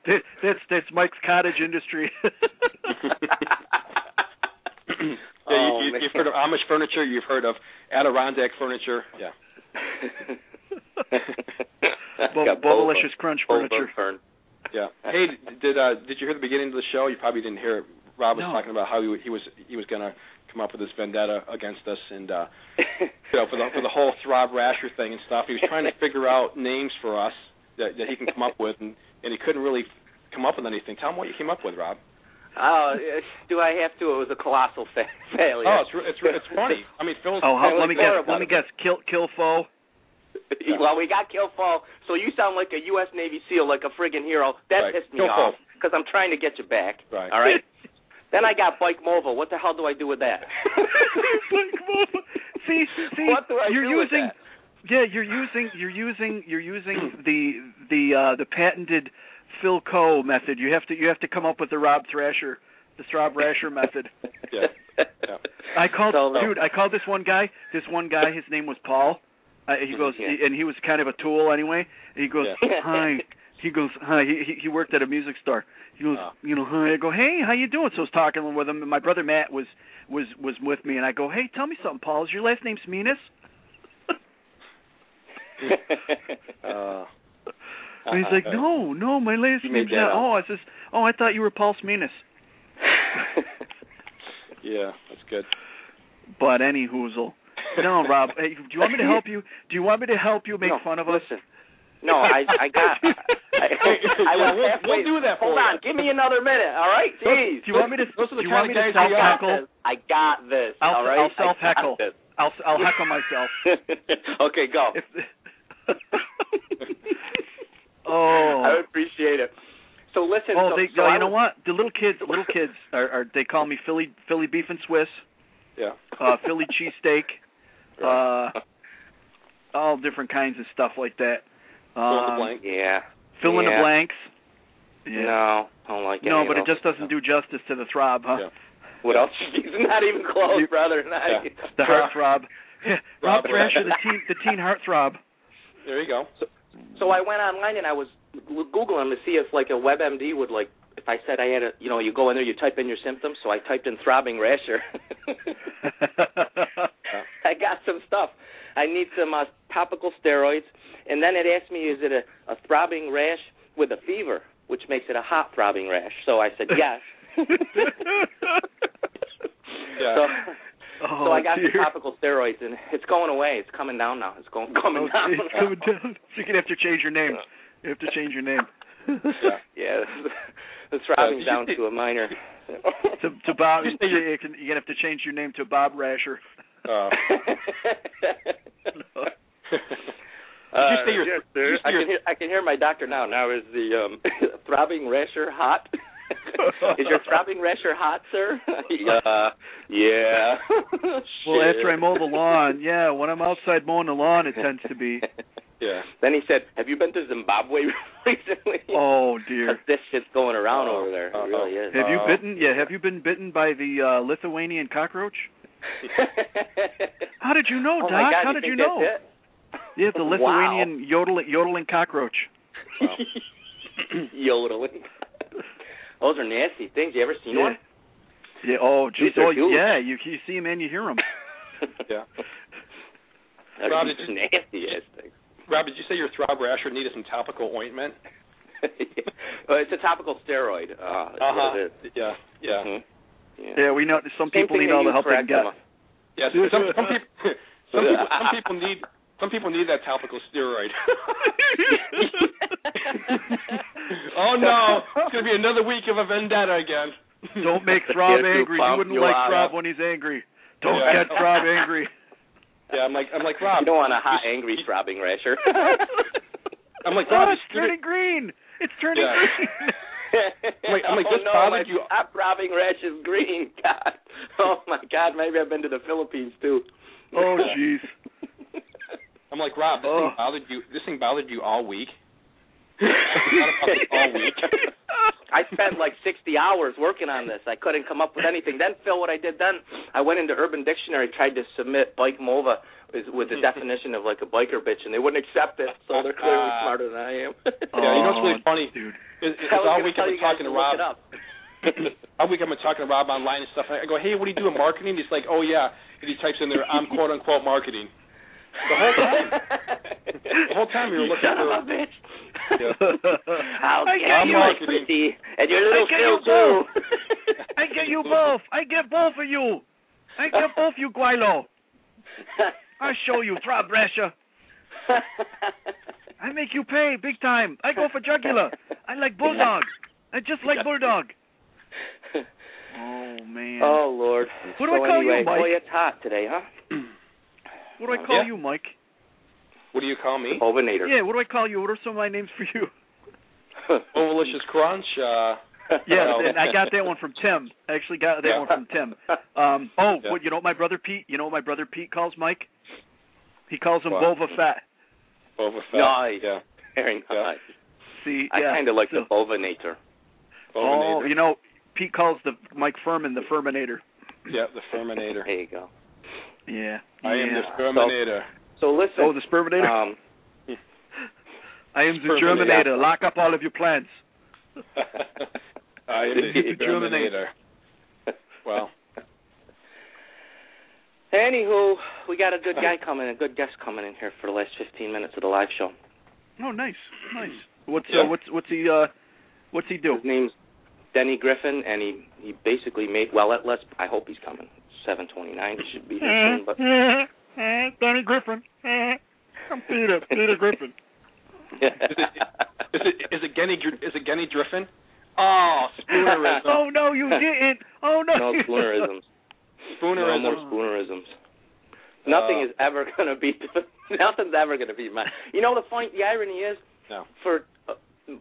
S6: That- that's that's Mike's cottage industry.
S3: yeah,
S2: Oh,
S3: you, you,
S2: man.
S3: you've heard of Amish furniture. You've heard of Adirondack furniture. Yeah.
S6: Bo-
S2: Got
S6: Bobalicious crunch
S2: Boba
S6: furniture.
S2: Fern.
S3: Yeah. Hey, did uh did you hear the beginning of the show? You probably didn't hear it. Rob was
S6: No.
S3: talking about how he, he was he was gonna come up with this vendetta against us and uh you know for the for the whole Throb Rasher thing and stuff. He was trying to figure out names for us that that he can come up with and and he couldn't really come up with anything. Tell him what you came up with, Rob.
S2: Oh, uh, do I have to? It was a colossal fa- failure.
S3: Oh, it's re- it's re- it's funny. I mean, Phil's
S6: Oh, how,
S2: That
S6: let
S2: was
S6: me guess.
S2: horrible.
S6: Let me guess. Kill kill foe.
S2: well, we got Kilfo, so you sound like a U.S. Navy SEAL, like a friggin' hero. That
S3: Right.
S2: pissed me
S3: Kill
S2: off because I'm trying to get you back.
S3: Right.
S2: All right. then I got Bike Mobile. What the hell do I do with that?
S6: see, see,
S2: what do I
S6: you're
S2: do with that?
S6: using Yeah, you're using you're using you're using the the uh the patented Phil Coe method. You have to you have to come up with the Rob Thrasher the Rob Rasher method.
S3: Yeah. Yeah.
S6: I called
S2: So, uh,
S6: dude, I called this one guy, this one guy, his name was Paul. Uh, he goes
S2: Mm-hmm, Yeah.
S6: and he was kind of a tool anyway. And he goes,
S2: Yeah.
S6: "Hi." He goes, "Hi." He he- he worked at a music store. He goes,
S3: Oh.
S6: "You know, hi." I go, "Hey, how you doing?" So I was talking with him and my brother Matt was was was with me and I go, "Hey, tell me something, Paul. Is your last name Smeanus?"
S3: Uh,
S6: And he's like, no, no, my last
S2: You
S6: name's
S2: made
S6: not.
S2: that up.
S6: Oh, I says, oh, I thought you were Paul Smeanus.
S3: yeah, that's good.
S6: But any hoozle. No, Rob, hey, do you want me to help you? Do you want me to help you make
S2: No,
S6: fun of us?
S2: Listen, No, Oh, I I got. I, I
S3: Yeah,
S2: was
S3: we'll-
S2: halfway-
S3: we'll do that for
S2: Hold
S3: you.
S2: on, give me another minute. All right, jeez.
S6: Do you want me to?
S3: Those are the
S6: do you
S3: kind
S6: want
S3: of
S6: me to
S3: guys we
S6: self
S3: are.
S6: heckle?
S2: I got this.
S6: I'll-
S2: all right?
S6: I'll
S2: I got
S6: self-heckle.
S2: this.
S6: I'll I'll heckle myself.
S2: okay, go.
S6: If, oh.
S2: I would appreciate it. So listen.
S6: Oh,
S2: so,
S6: they,
S2: so
S6: oh,
S2: I
S6: you know
S2: was-
S6: what? The little kids, little kids are, are they call me Philly Philly beef and Swiss,
S3: Yeah.
S6: uh Philly cheesesteak, uh all different kinds of stuff like that.
S3: Fill in the
S6: Um,
S3: blank.
S2: Yeah.
S6: Fill in the
S2: Yeah.
S6: blanks. Yeah.
S2: No, I don't like
S6: No,
S2: any
S6: but it
S2: of
S6: just
S2: those.
S6: doesn't do justice to the throb, huh?
S3: Yeah.
S2: What else? He's not even close,
S6: You-
S2: brother. Not
S3: Yeah.
S6: The heart throb. Rob
S3: Rob
S6: Thrasher, the
S2: Thrasher.
S6: teen the teen heart throb.
S3: There you go.
S2: So I went online and I was googling to see if like a WebMD would like if I said I had a you know you go in there you type in your symptoms. So I typed in throbbing rasher. I got some stuff. I need some uh, topical steroids, and then it asked me, is it a, a throbbing rash with a fever, which makes it a hot throbbing rash. So I said yes.
S3: Yeah.
S2: So,
S6: oh,
S2: so I got
S6: dear.
S2: some topical steroids, and it's going away. It's coming down now. It's going coming
S6: Oh,
S2: down.
S6: geez, coming down. You're gonna have to change your name. You have to change your name.
S3: Yeah.
S2: Yeah, this is- the throbbing
S3: you
S2: down
S3: think-
S2: to a minor.
S6: to, to Bob,
S3: You
S6: you
S3: say you're-
S6: are gonna have to change your name to Bob Rasher.
S3: Uh,
S2: Uh,
S3: say your-
S2: yes,
S3: did
S2: sir.
S3: you say
S2: I
S3: your-
S2: can hear I can hear my doctor now. Now is the um throbbing rasher hot? is your throbbing rasher hot, sir? yeah. Yeah.
S6: Well,
S2: Shit.
S6: after I mow the lawn, yeah, when I'm outside mowing the lawn, it tends to be.
S3: yeah.
S2: Then he said, "Have you been to Zimbabwe recently?"
S6: Oh dear.
S2: this shit's going around
S3: Oh,
S2: over there.
S3: oh,
S2: it really is.
S6: Have you
S3: Uh,
S6: bitten? Yeah, have you been bitten by the uh Lithuanian cockroach? How did you know,
S2: oh
S6: Doc?
S2: my God,
S6: How
S2: you
S6: did you
S2: think
S6: know?
S2: that's it?
S6: Yeah, the Lithuanian yodeling, yodeling cockroach.
S3: Wow.
S2: yodeling. Those are nasty things. You ever seen
S6: yeah.
S2: one?
S6: Yeah. Oh, geez.
S2: These are
S6: oh,
S2: huge.
S6: yeah. You you see them and you hear them.
S3: Yeah.
S2: Those
S3: Rob,
S2: are
S3: did you-
S2: nasty ass things.
S3: Rob, did you say your throb rasher needed some topical ointment?
S2: well, it's a topical steroid. Uh, is what it is.
S3: Yeah. Uh-huh. Yeah.
S2: Mhm. Yeah.
S6: Yeah, we know. Some
S2: Same
S6: people
S2: thing
S6: need
S2: that
S6: all the
S2: you
S6: help they can
S2: cracked
S6: get.
S2: them up.
S3: Yes. Some, some people. Some people. Some people need. Some people need that topical steroid. oh no! It's gonna be another week of a vendetta again.
S6: Don't make Throb
S2: Yes, you
S6: angry. You
S2: pump,
S6: wouldn't
S2: you
S6: like
S2: are.
S6: Throb when he's angry. Don't
S3: Yeah.
S6: get Throb angry.
S2: Oh
S3: Yeah, I'm like, I'm like Rob.
S2: You don't want a hot, angry, throbbing rasher.
S3: I'm like
S6: Oh,
S3: Rob.
S6: it's
S3: you
S6: turning green. It's turning
S3: Yeah.
S6: green.
S3: Wait, I'm like,
S2: oh,
S3: this
S2: no,
S3: bothered
S2: my
S3: you-
S2: top throbbing rash is green. God. Oh my God, maybe I've been to the Philippines too.
S6: Oh, jeez.
S3: I'm like Rob. This
S6: Oh.
S3: thing bothered you. This thing bothered you all week. Not about this all week.
S2: I spent like 60 hours working on this. I couldn't come up with anything. Then, Phil, what I did then, I went into Urban Dictionary, tried to submit bike mova with, with the definition of like a biker bitch, and they wouldn't accept it. So they're clearly
S3: Ah.
S2: smarter than I am.
S3: Yeah, you know what's really
S6: Oh,
S3: funny?
S6: dude.
S3: Is, is
S2: I was
S3: all
S2: gonna
S3: week
S2: tell
S3: I've been
S2: you guys
S3: talking to
S2: look
S3: Rob.
S2: it up.
S3: all week I've been talking to Rob online and stuff. And I go, hey, what do you do in marketing? He's like, oh yeah. And he types in there, I'm quote unquote marketing. The whole time. The whole time we were
S2: You
S3: looking
S2: son of
S3: for-
S2: a bitch.
S3: Yeah.
S2: I'll
S6: I
S2: get
S6: got
S2: you,
S6: you.
S2: my pretty, and your little
S6: I got
S2: Phil
S6: you
S2: too.
S6: I get you both. I get both of you. I get both you, Guilo. I show you, Throb Rasher. I make you pay big time. I go for jugular. I like Bulldog. I just like Bulldog. Oh, man.
S2: oh Lord.
S6: What do
S2: so
S6: I call you,
S2: anyway,
S6: Mike?
S2: Boy, it's hot today, huh?
S6: what do I call
S3: uh, yeah.
S6: you, Mike?
S3: What do you call me?
S6: Oh.
S2: Ovinator.
S6: Yeah, what do I call you? What are some of my names for you?
S3: Ovalicious crunch. Uh,
S6: Yeah,
S3: Oh.
S6: and I got that one from Tim. I actually got that
S3: Yeah.
S6: one from Tim. Um oh,
S3: Yeah.
S6: what you know what my brother Pete, you know what my brother Pete calls Mike? He calls him
S3: What?
S6: Bova Fett.
S3: Bova Fett.
S2: Nice.
S3: Yeah.
S2: Very nice.
S6: See,
S2: I
S6: yeah.
S2: kind of like
S6: so,
S2: the Bovinator.
S6: Oh,
S3: Bovinator.
S6: you know, Pete calls the Mike Furman the Furminator.
S3: Yeah, the Ferminator.
S2: There you go.
S6: Yeah.
S3: I am Uh,
S6: yeah.
S3: the Ferminator.
S2: So
S6: Oh,
S2: listen.
S6: the Sperminator.
S2: um,
S6: I am the
S3: Sperminator.
S6: Germinator. Lock up all of your plants.
S3: I am the
S6: The Germinator.
S3: Ferminator. Well,
S2: anywho, we got a good guy coming, a good guest coming in here for the last 15 minutes of the live show.
S6: Oh, nice, nice. What's
S3: Yeah.
S6: uh, what's what's he uh, what's he do?
S2: His name's Denny Griffin, and he he basically made well. Let, let's. I hope he's coming. 7:29. He should be here soon. But
S6: Danny Griffin. I'm Peter. Peter Griffin.
S3: Is it
S6: Mm-hmm.
S3: is it Genny Dr- is it Genny Griffin? Oh, spoonerism.
S6: oh no, you didn't. Oh no.
S2: no
S6: you didn't.
S2: spoonerisms. No
S3: spoonerism.
S2: more spoonerisms. Nothing
S3: Uh,
S2: is ever going to be. nothing's ever going to be mine. You know the point. The irony is,
S3: No.
S2: for uh,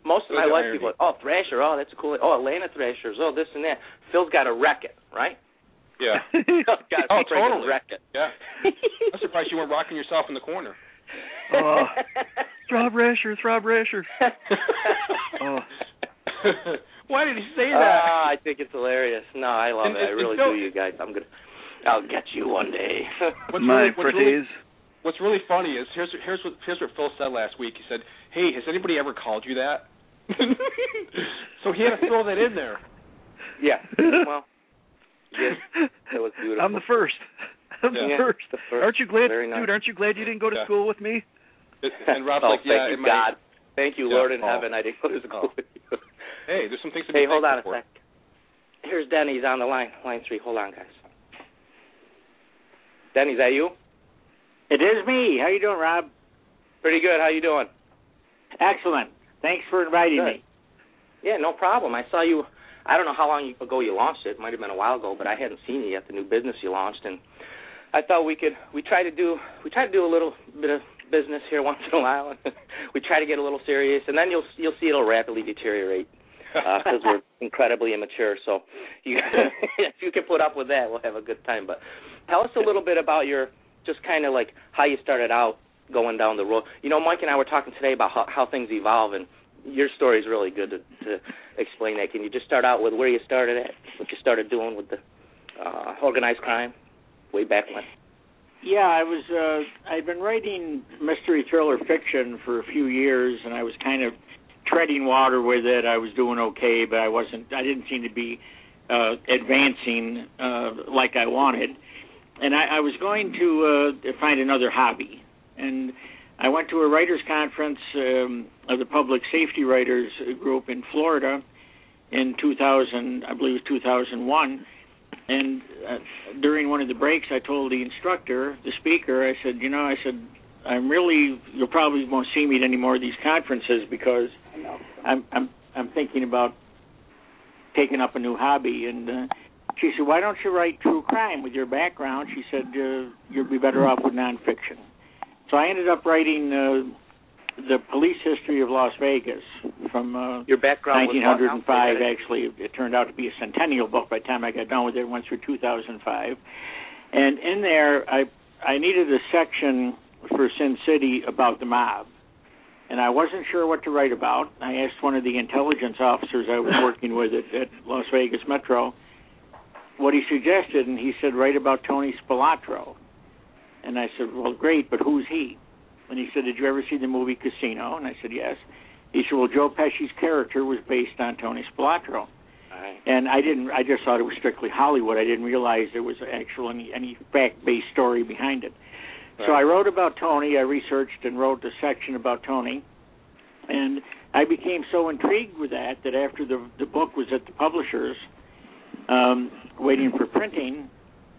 S2: most of
S3: There's
S2: my
S3: an
S2: life,
S3: irony.
S2: people, are, oh Thrasher, oh that's a cool. Oh Atlanta Thrashers, oh this and that. Phil's got to wreck it, right?
S3: Yeah.
S2: Phil's got
S3: Oh,
S2: to freaking
S3: totally.
S2: wreck it.
S3: Yeah. I'm surprised you weren't rocking yourself in the corner.
S6: Oh. Rob Rasher, Rob Rasher.
S2: Ah,
S6: Oh.
S3: Why did he say that?
S2: Ah, I think it's hilarious. No, I love
S3: And-
S2: it. I
S3: and-
S2: really
S3: and Phil-
S2: do, you guys. I'm gonna. I'll get you one day.
S3: What's
S6: My
S3: really, what's really-
S6: pretties.
S3: What's really funny is here's here's what here's what Phil said last week. He said, "Hey, has anybody ever called you that?" so he had to throw that in there.
S2: yeah. Well, yes, that was beautiful.
S6: I'm the first. I'm the
S2: Yeah,
S6: first.
S2: the first.
S6: Aren't you glad,
S2: Very nice.
S6: dude? Aren't you glad you didn't go to
S3: Yeah.
S6: school with me?
S3: It- And Rob's
S2: oh,
S3: like, "Yeah,
S2: thank
S3: it
S2: you,
S3: might-
S2: God. Thank you,
S3: Yeah,
S2: Lord in
S3: oh.
S2: heaven. I didn't go to school
S3: Oh.
S2: with you.
S3: Hey, there's some things to be
S2: Hey, hold on a
S3: thankful for.
S2: sec. Here's Denny's on the line, line three. Hold on, guys. Denny, is that you?
S7: It is me. How you doing, Rob?
S2: Pretty good. How you doing?
S7: Excellent. Thanks for inviting
S2: Good.
S7: me.
S2: Yeah, no problem. I saw you. I don't know how long ago you launched it. It might have been a while ago, but I hadn't seen you yet. The new business you launched, and I thought we could. We try to do. We try to do a little bit of business here once in a while. And we try to get a little serious, and then you'll you'll see it'll rapidly deteriorate because Uh, we're incredibly immature. So you, if you can put up with that, we'll have a good time. But tell us a little bit about your just kind of like how you started out going down the road. You know, Mike and I were talking today about how, how things evolve, and your story is really good to, to explain that. Can you just start out with where you started at, what you started doing with the uh, organized crime way back when?
S7: Yeah, I was. Uh, I'd been writing mystery thriller fiction for a few years, and I was kind of treading water with it. I was doing okay, but I wasn't. I didn't seem to be uh, advancing uh, like I wanted. And I, I was going to uh, find another hobby, and I went to a writers' conference um, of the Public Safety Writers Group in Florida in 2000. I believe it was 2001 and uh, during one of the breaks i told the instructor the speaker i said you know i said i'm really you'll probably won't see me at any more of these conferences because i'm i'm i'm thinking about taking up a new hobby and uh, she said why don't you write true crime with your background she said uh, you'll be better off with nonfiction so i ended up writing uh, the police history of las vegas from uh,
S2: Your background was what now?
S7: 1905 actually it turned out to be a centennial book by the time I got done with it it went through 2005 and in there I I needed a section for Sin City about the mob and I wasn't sure what to write about I asked one of the intelligence officers I was working with at, at Las Vegas Metro what he suggested and he said write about Tony Spilatro and I said well great but who's he and he said did you ever see the movie Casino and I said yes he said, "Well, Joe Pesci's character was based on Tony Spilatro,"
S2: All right.
S7: and I didn't. I just thought it was strictly Hollywood. I didn't realize there was actual any any fact-based story behind it. So I wrote about Tony. I researched and wrote a section about Tony, and I became so intrigued with that that after the the book was at the publishers, um, waiting for printing,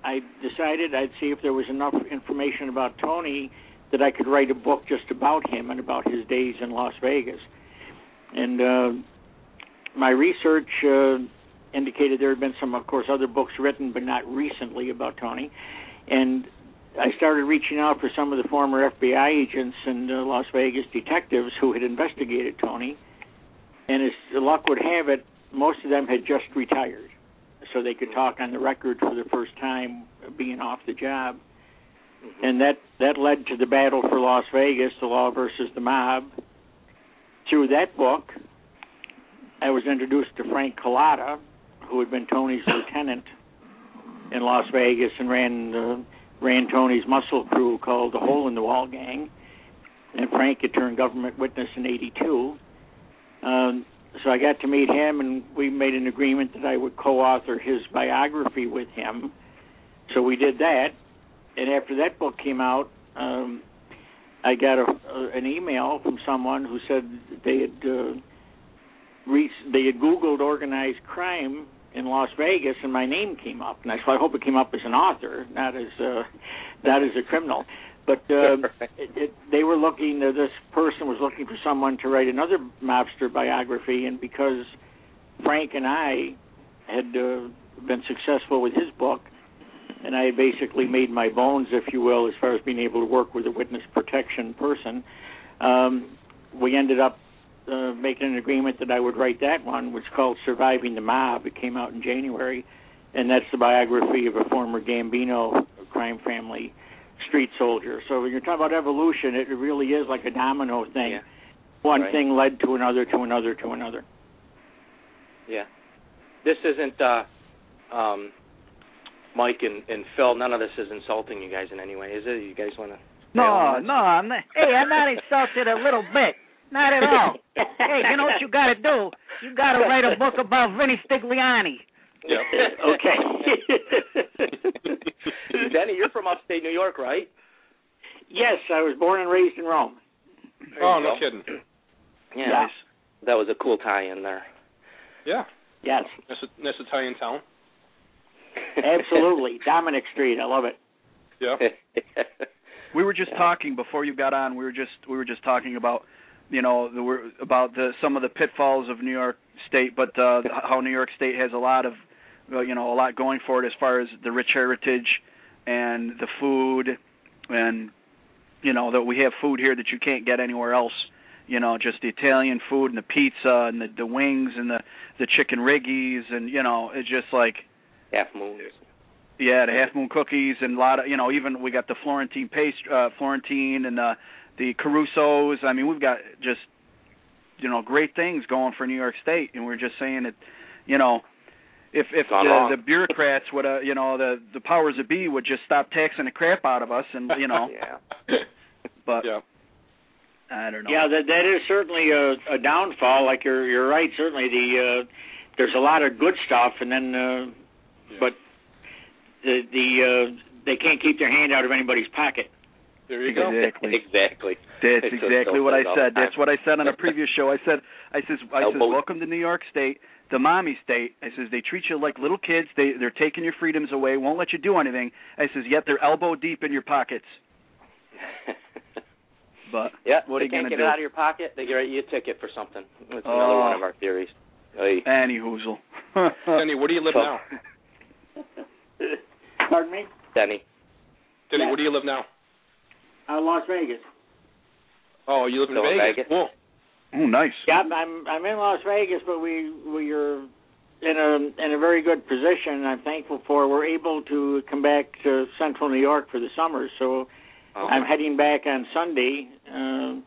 S7: I decided I'd see if there was enough information about Tony that I could write a book just about him and about his days in Las Vegas. And uh, my research uh, indicated there had been some, of course, other books written, but not recently about Tony. And I started reaching out for some of the former FBI agents and uh, Las Vegas detectives who had investigated Tony. And as luck would have it, most of them had just retired, so they could talk on the record for the first time being off the job and that that led to the battle for Las Vegas, the law versus the mob. Through that book, I was introduced to Frank Collada, who had been Tony's lieutenant in Las Vegas and ran the, ran Tony's muscle crew called the Hole in the Wall Gang. And Frank had turned government witness in '82. Um, so I got to meet him, and we made an agreement that I would co-author his biography with him. So we did that, and after that book came out, um, I got a, a, an email from someone who said they had uh, re- they had Googled organized crime in Las Vegas, and my name came up, and I so I hope it came up as an author, not as uh, not as a criminal. But uh, it, it, they were looking. Uh, this person was looking for someone to write another mobster biography, and because Frank and I had uh, been successful with his book, and I had basically made my bones, if you will, as far as being able to work with a witness protection person. Um, we ended up uh, making an agreement that I would write that one, which is called "Surviving the Mob." It came out in January, and that's the biography of a former Gambino crime family street soldier. So when you're talking about evolution, it really is like a domino thing.
S2: Yeah.
S7: One
S2: Right.
S7: thing led to another, to another, to another.
S2: Yeah. This isn't uh um Mike and, and Phil, none of this is insulting you guys in any way, is it? You guys wanna
S5: No, no, I'm not. Hey, I'm not insulted a little bit. Not at all. Hey, you know what you gotta do? You gotta write a book about Vinny Stigliani.
S3: Yeah.
S7: okay.
S2: Denny, you're from upstate New York, right?
S7: yes, I was born and raised in Rome.
S2: There
S3: Oh,
S2: you
S3: no
S2: go.
S3: kidding.
S2: Yeah. That was a cool tie in there.
S3: Yeah.
S7: Yes,
S3: That's a, that's Italian town.
S7: absolutely. Dominic Street, I love it.
S3: Yeah.
S6: We were just
S2: Yeah.
S6: talking before you got on. We were just we were just talking about you know the we're about the some of the pitfalls of New York State, but uh how New York State has a lot of well, you know a lot going for it as far as the rich heritage and the food and you know that we have food here that you can't get anywhere else. You know, just the Italian food and the pizza and the the wings and the the chicken riggies and you know it's just like
S2: Half moons.
S6: yeah, the half moon cookies and a lot of you know even we got the Florentine paste uh, Florentine and uh, the Carusos. I mean we've got just you know great things going for New York State, and we're just saying that you know if if
S2: Gone
S6: the,
S2: wrong.
S6: the bureaucrats would uh, you know the the powers that be would just stop taxing the crap out of us, and you know
S2: Yeah.
S6: but
S3: yeah.
S6: I don't know.
S7: Yeah, that that is certainly a, a downfall. Like you're you're right. Certainly, the uh, there's a lot of good stuff, and then uh, but the the uh, they can't keep their hand out of anybody's pocket.
S3: There you go.
S6: Exactly.
S2: exactly.
S6: That's
S2: It's just
S6: exactly what I
S2: opened up.
S6: said. That's what I said on a previous show. I said, I says, I says,
S2: Elbow-
S6: welcome to New York State, the mommy state. I says they treat you like little kids. They they're taking your freedoms away, won't let you do anything. I says yet they're elbow deep in your pockets. But
S2: yeah.
S6: What are
S2: they
S6: you
S2: can't
S6: gonna
S2: get
S6: do?
S2: it out of your pocket, they get you a ticket for something. That's another
S6: Oh.
S2: one of our theories. Oy.
S6: any hoozle.
S3: Denny, where do you live
S2: So-
S3: now?
S7: Pardon me.
S2: Denny.
S3: Denny,
S7: Yeah.
S3: where do you live now?
S7: Uh, Las Vegas.
S3: Oh, you live in
S2: Still in
S3: Vegas.
S2: Vegas.
S3: Cool.
S6: oh, nice.
S7: Yeah, I'm- I'm I'm in Las Vegas, but we we are in a in a very good position. and I'm thankful for. We're able to come back to Central New York for the summer, so
S2: Oh.
S7: I'm heading back on Sunday, um,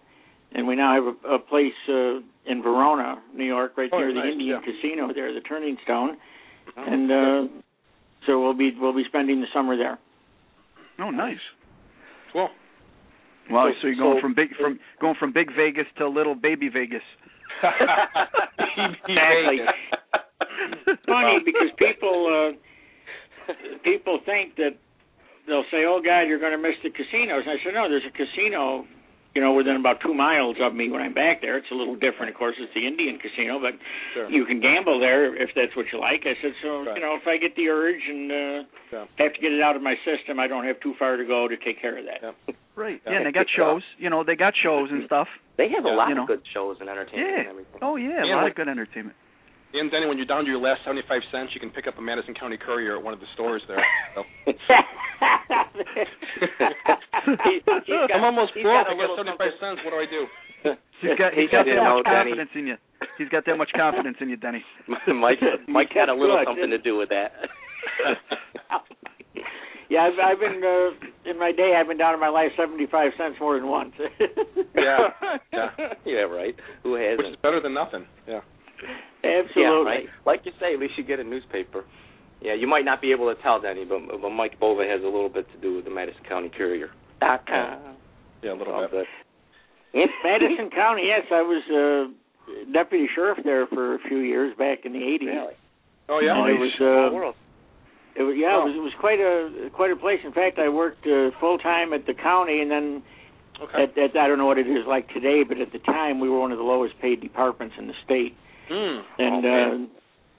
S7: and we now have a, a place uh, in Verona, New York, right
S3: Oh,
S7: near the
S3: nice, yeah.
S7: Indian Casino there, the Turning Stone,
S2: Oh.
S7: and uh, so we'll be we'll be spending the summer there.
S6: Oh, nice.
S3: Cool.
S6: Wow.
S2: So-
S6: So you're going
S2: so-
S6: from big from going from big Vegas to little baby Vegas.
S7: Exactly. Funny because people uh, people think that they'll say, "Oh God, you're going to miss the casinos," and I said, "No, there's a casino." You know, within about two miles of me when I'm back there, it's a little different. Of course, it's the Indian casino, but
S3: Sure.
S7: you can gamble there if that's what you like. I said, so
S3: Right.
S7: you know, if I get the urge and uh,
S3: Yeah.
S7: have to get it out of my system, I don't have too far to go to take care of that.
S6: Right.
S3: Yeah.
S6: Yeah, and they got shows. You know, they got shows and stuff.
S2: They have a
S3: Yeah.
S2: lot
S6: You know.
S2: of good shows and entertainment and
S6: Yeah.
S2: everything.
S6: Oh yeah, a
S3: Yeah,
S6: lot
S3: like-
S6: of good entertainment.
S3: And Denny, when you're down to your last 75 cents, you can pick up a Madison County Courier at one of the stores there. So.
S2: He's- he's got-
S3: I'm almost
S2: he's
S3: broke.
S2: got a
S3: I got
S2: little
S3: 75
S2: something.
S3: cents. What do I do?
S6: He's got
S2: He
S6: he's got
S2: said,
S6: that
S2: "No,
S6: much
S2: Denny."
S6: confidence in you. He's got that much confidence in you, Denny.
S2: Mike Mike had a little
S7: Good.
S2: something to do with that.
S7: yeah, I've, I've been uh, in my day. I've been down to my last seventy-five cents more than once.
S3: Yeah. Yeah.
S2: yeah, right. Who
S3: Which is
S2: hasn't?
S3: better than nothing. Yeah.
S7: absolutely.
S2: Yeah, right. Like you say, at least you get a newspaper. Yeah, you might not be able to tell Denny, but but Mike Bova has a little bit to do with the Madison County Courier. Dot com.
S3: Yeah, a little
S2: All
S3: bit.
S2: good.
S7: Madison County. Yes, I was uh, deputy sheriff there for a few years back in the eighties.
S2: Really?
S3: Oh yeah.
S7: And it
S6: Nice.
S7: was uh,
S2: World.
S7: It was, yeah,
S3: Oh.
S7: it, was, it was quite a quite a place. In fact, I worked uh, full time at the county, and then
S3: Okay.
S7: at, at I don't know what it is like today, but at the time we were one of the lowest paid departments in the state,
S3: Mm.
S7: and
S2: Oh,
S7: uh,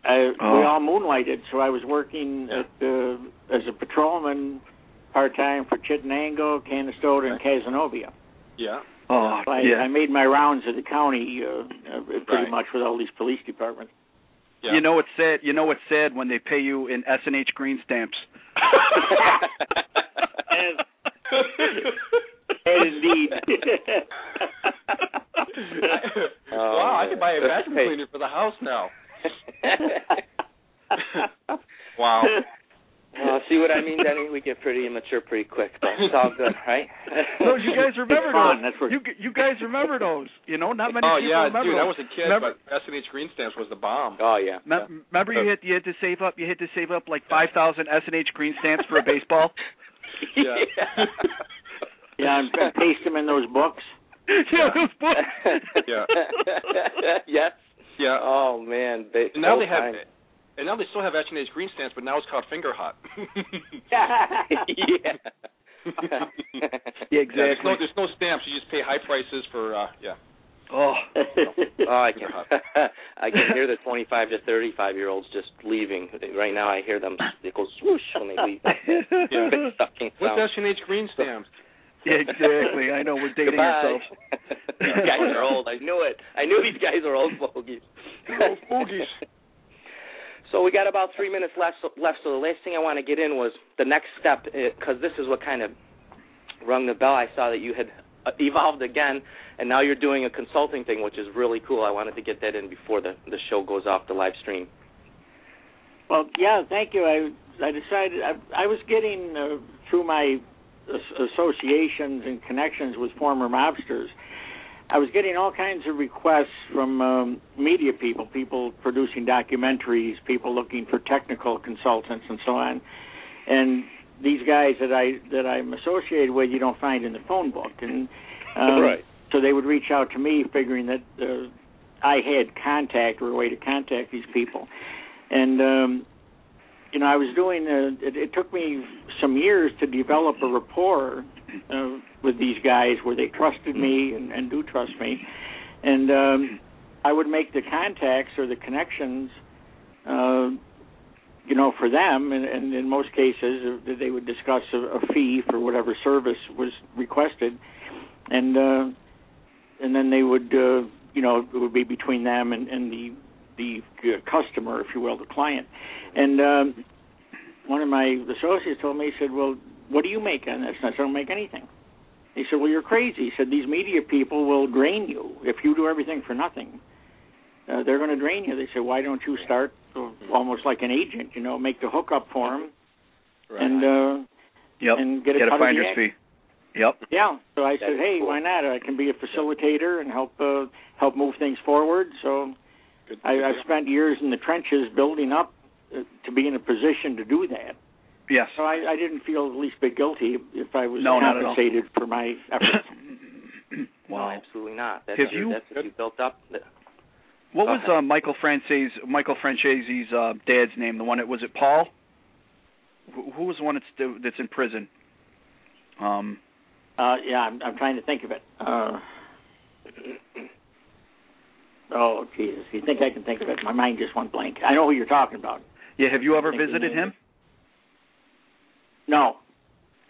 S7: I,
S6: Oh.
S7: we all moonlighted. So I was working
S3: Yeah.
S7: at, uh, as a patrolman part time for Chittenango, Canastota, and Casanova.
S3: Yeah.
S6: Oh,
S7: I,
S6: yeah.
S7: I made my rounds of the county uh, uh, pretty
S3: Right.
S7: much with all these police departments.
S3: Yeah.
S6: You know what's sad? You know what's sad when they pay you in S and H green stamps.
S7: Yes. Indeed.
S3: wow, I could buy a
S2: that's
S3: vacuum
S2: great.
S3: cleaner for the house now. Wow.
S2: Well, see what I mean, Denny? We get pretty immature pretty quick, but it's all good, right?
S6: No, you guys remember
S7: It's fun,
S6: those.
S7: that's where-
S6: You g- you guys remember those. You know, not many
S3: Oh
S6: people
S3: yeah,
S6: remember
S3: dude, I
S6: those.
S3: was a kid,
S6: Remember-
S3: but S and H Green Stamps was the bomb.
S2: Oh yeah.
S6: Mem- remember you had you had to save up. You had to save up like five thousand S and H green stamps for a baseball.
S3: Yeah.
S7: yeah, and and paste them in those books.
S6: yeah, those books.
S3: Yeah.
S2: yes.
S3: Yeah. uh,
S2: Oh man, they,
S3: and now
S2: those
S3: they have,
S2: times.
S3: and now they still have S and H Green Stamps, but now it's called Finger Hot.
S2: yeah.
S6: Yeah,
S3: Yeah, there's no
S6: exactly.
S3: there's no stamps. You just pay high prices for uh yeah.
S6: Oh,
S2: oh, I can I can hear the 25 to 35 year olds just leaving right now. I hear them. They go swoosh when they leave.
S3: Yeah.
S2: Big sucking
S3: What's
S2: sound.
S3: S and H Green Stamps?
S6: yeah, exactly. I know we're dating
S2: Goodbye.
S6: ourselves.
S2: these guys are old. I knew it. I knew these guys are old fogies.
S3: Old fogies.
S2: So we got about three minutes left. So, left. So the last thing I want to get in was the next step, because this is what kind of rung the bell. I saw that you had uh, evolved again, and now you're doing a consulting thing, which is really cool. I wanted to get that in before the the show goes off the live stream.
S7: Well, yeah, thank you. I I decided I, I was getting uh, through my as- associations and connections with former mobsters. I was getting all kinds of requests from um, media people, people producing documentaries, people looking for technical consultants, and so on. And these guys that I that I'm associated with, you don't find in the phone book, and um, so they would reach out to me, figuring that uh, I had contact or a way to contact these people. And um, you know, I was doing. uh it, it took me some years to develop a rapport uh, with these guys, where they trusted me and, and do trust me. And um, I would make the contacts or the connections, uh, you know, for them. And, and in most cases, uh, they would discuss a, a fee for whatever service was requested, and uh, and then they would, uh, you know, it would be between them and, and the the uh, customer, if you will, the client. And um, one of my associates told me, he said, "Well, what do you make on this?" And I said, "I don't make anything." He said, "Well, you're crazy." He said, "These media people will drain you if you do everything for nothing. Uh, they're going to drain you." They said, "Why don't you start uh, almost like an agent? You know, make the hookup for them
S3: Right.
S7: and uh,
S6: Yep.
S7: and get a, cut of the
S6: finder's
S7: act."
S6: fee. Yep.
S7: Yeah. So I
S2: That's
S7: said, "Hey,
S2: cool.
S7: why not? I can be a facilitator and help uh, help move things forward." So
S3: Good-
S7: I, I've spent years in the trenches building up uh, to be in a position to do that.
S6: Yes.
S7: So I, I didn't feel the least bit guilty if I was
S6: No, not at all.
S7: compensated for my efforts.
S2: No,
S6: wow.
S2: absolutely not. That's
S6: Have
S2: you,
S6: you-
S2: that's what you built up.
S6: What was
S2: Okay.
S6: uh, Michael France's Michael Francese's uh, dad's name? The one that was it Paul? Who, who was the one that's th- that's in prison? Um,
S7: uh, yeah, I'm, I'm trying to think of it. Uh, oh, Jesus! You think I can think of it? My mind just went blank. I know who you're talking about.
S6: yeah, have you ever
S7: think the
S6: visited
S7: name
S6: him?
S7: No,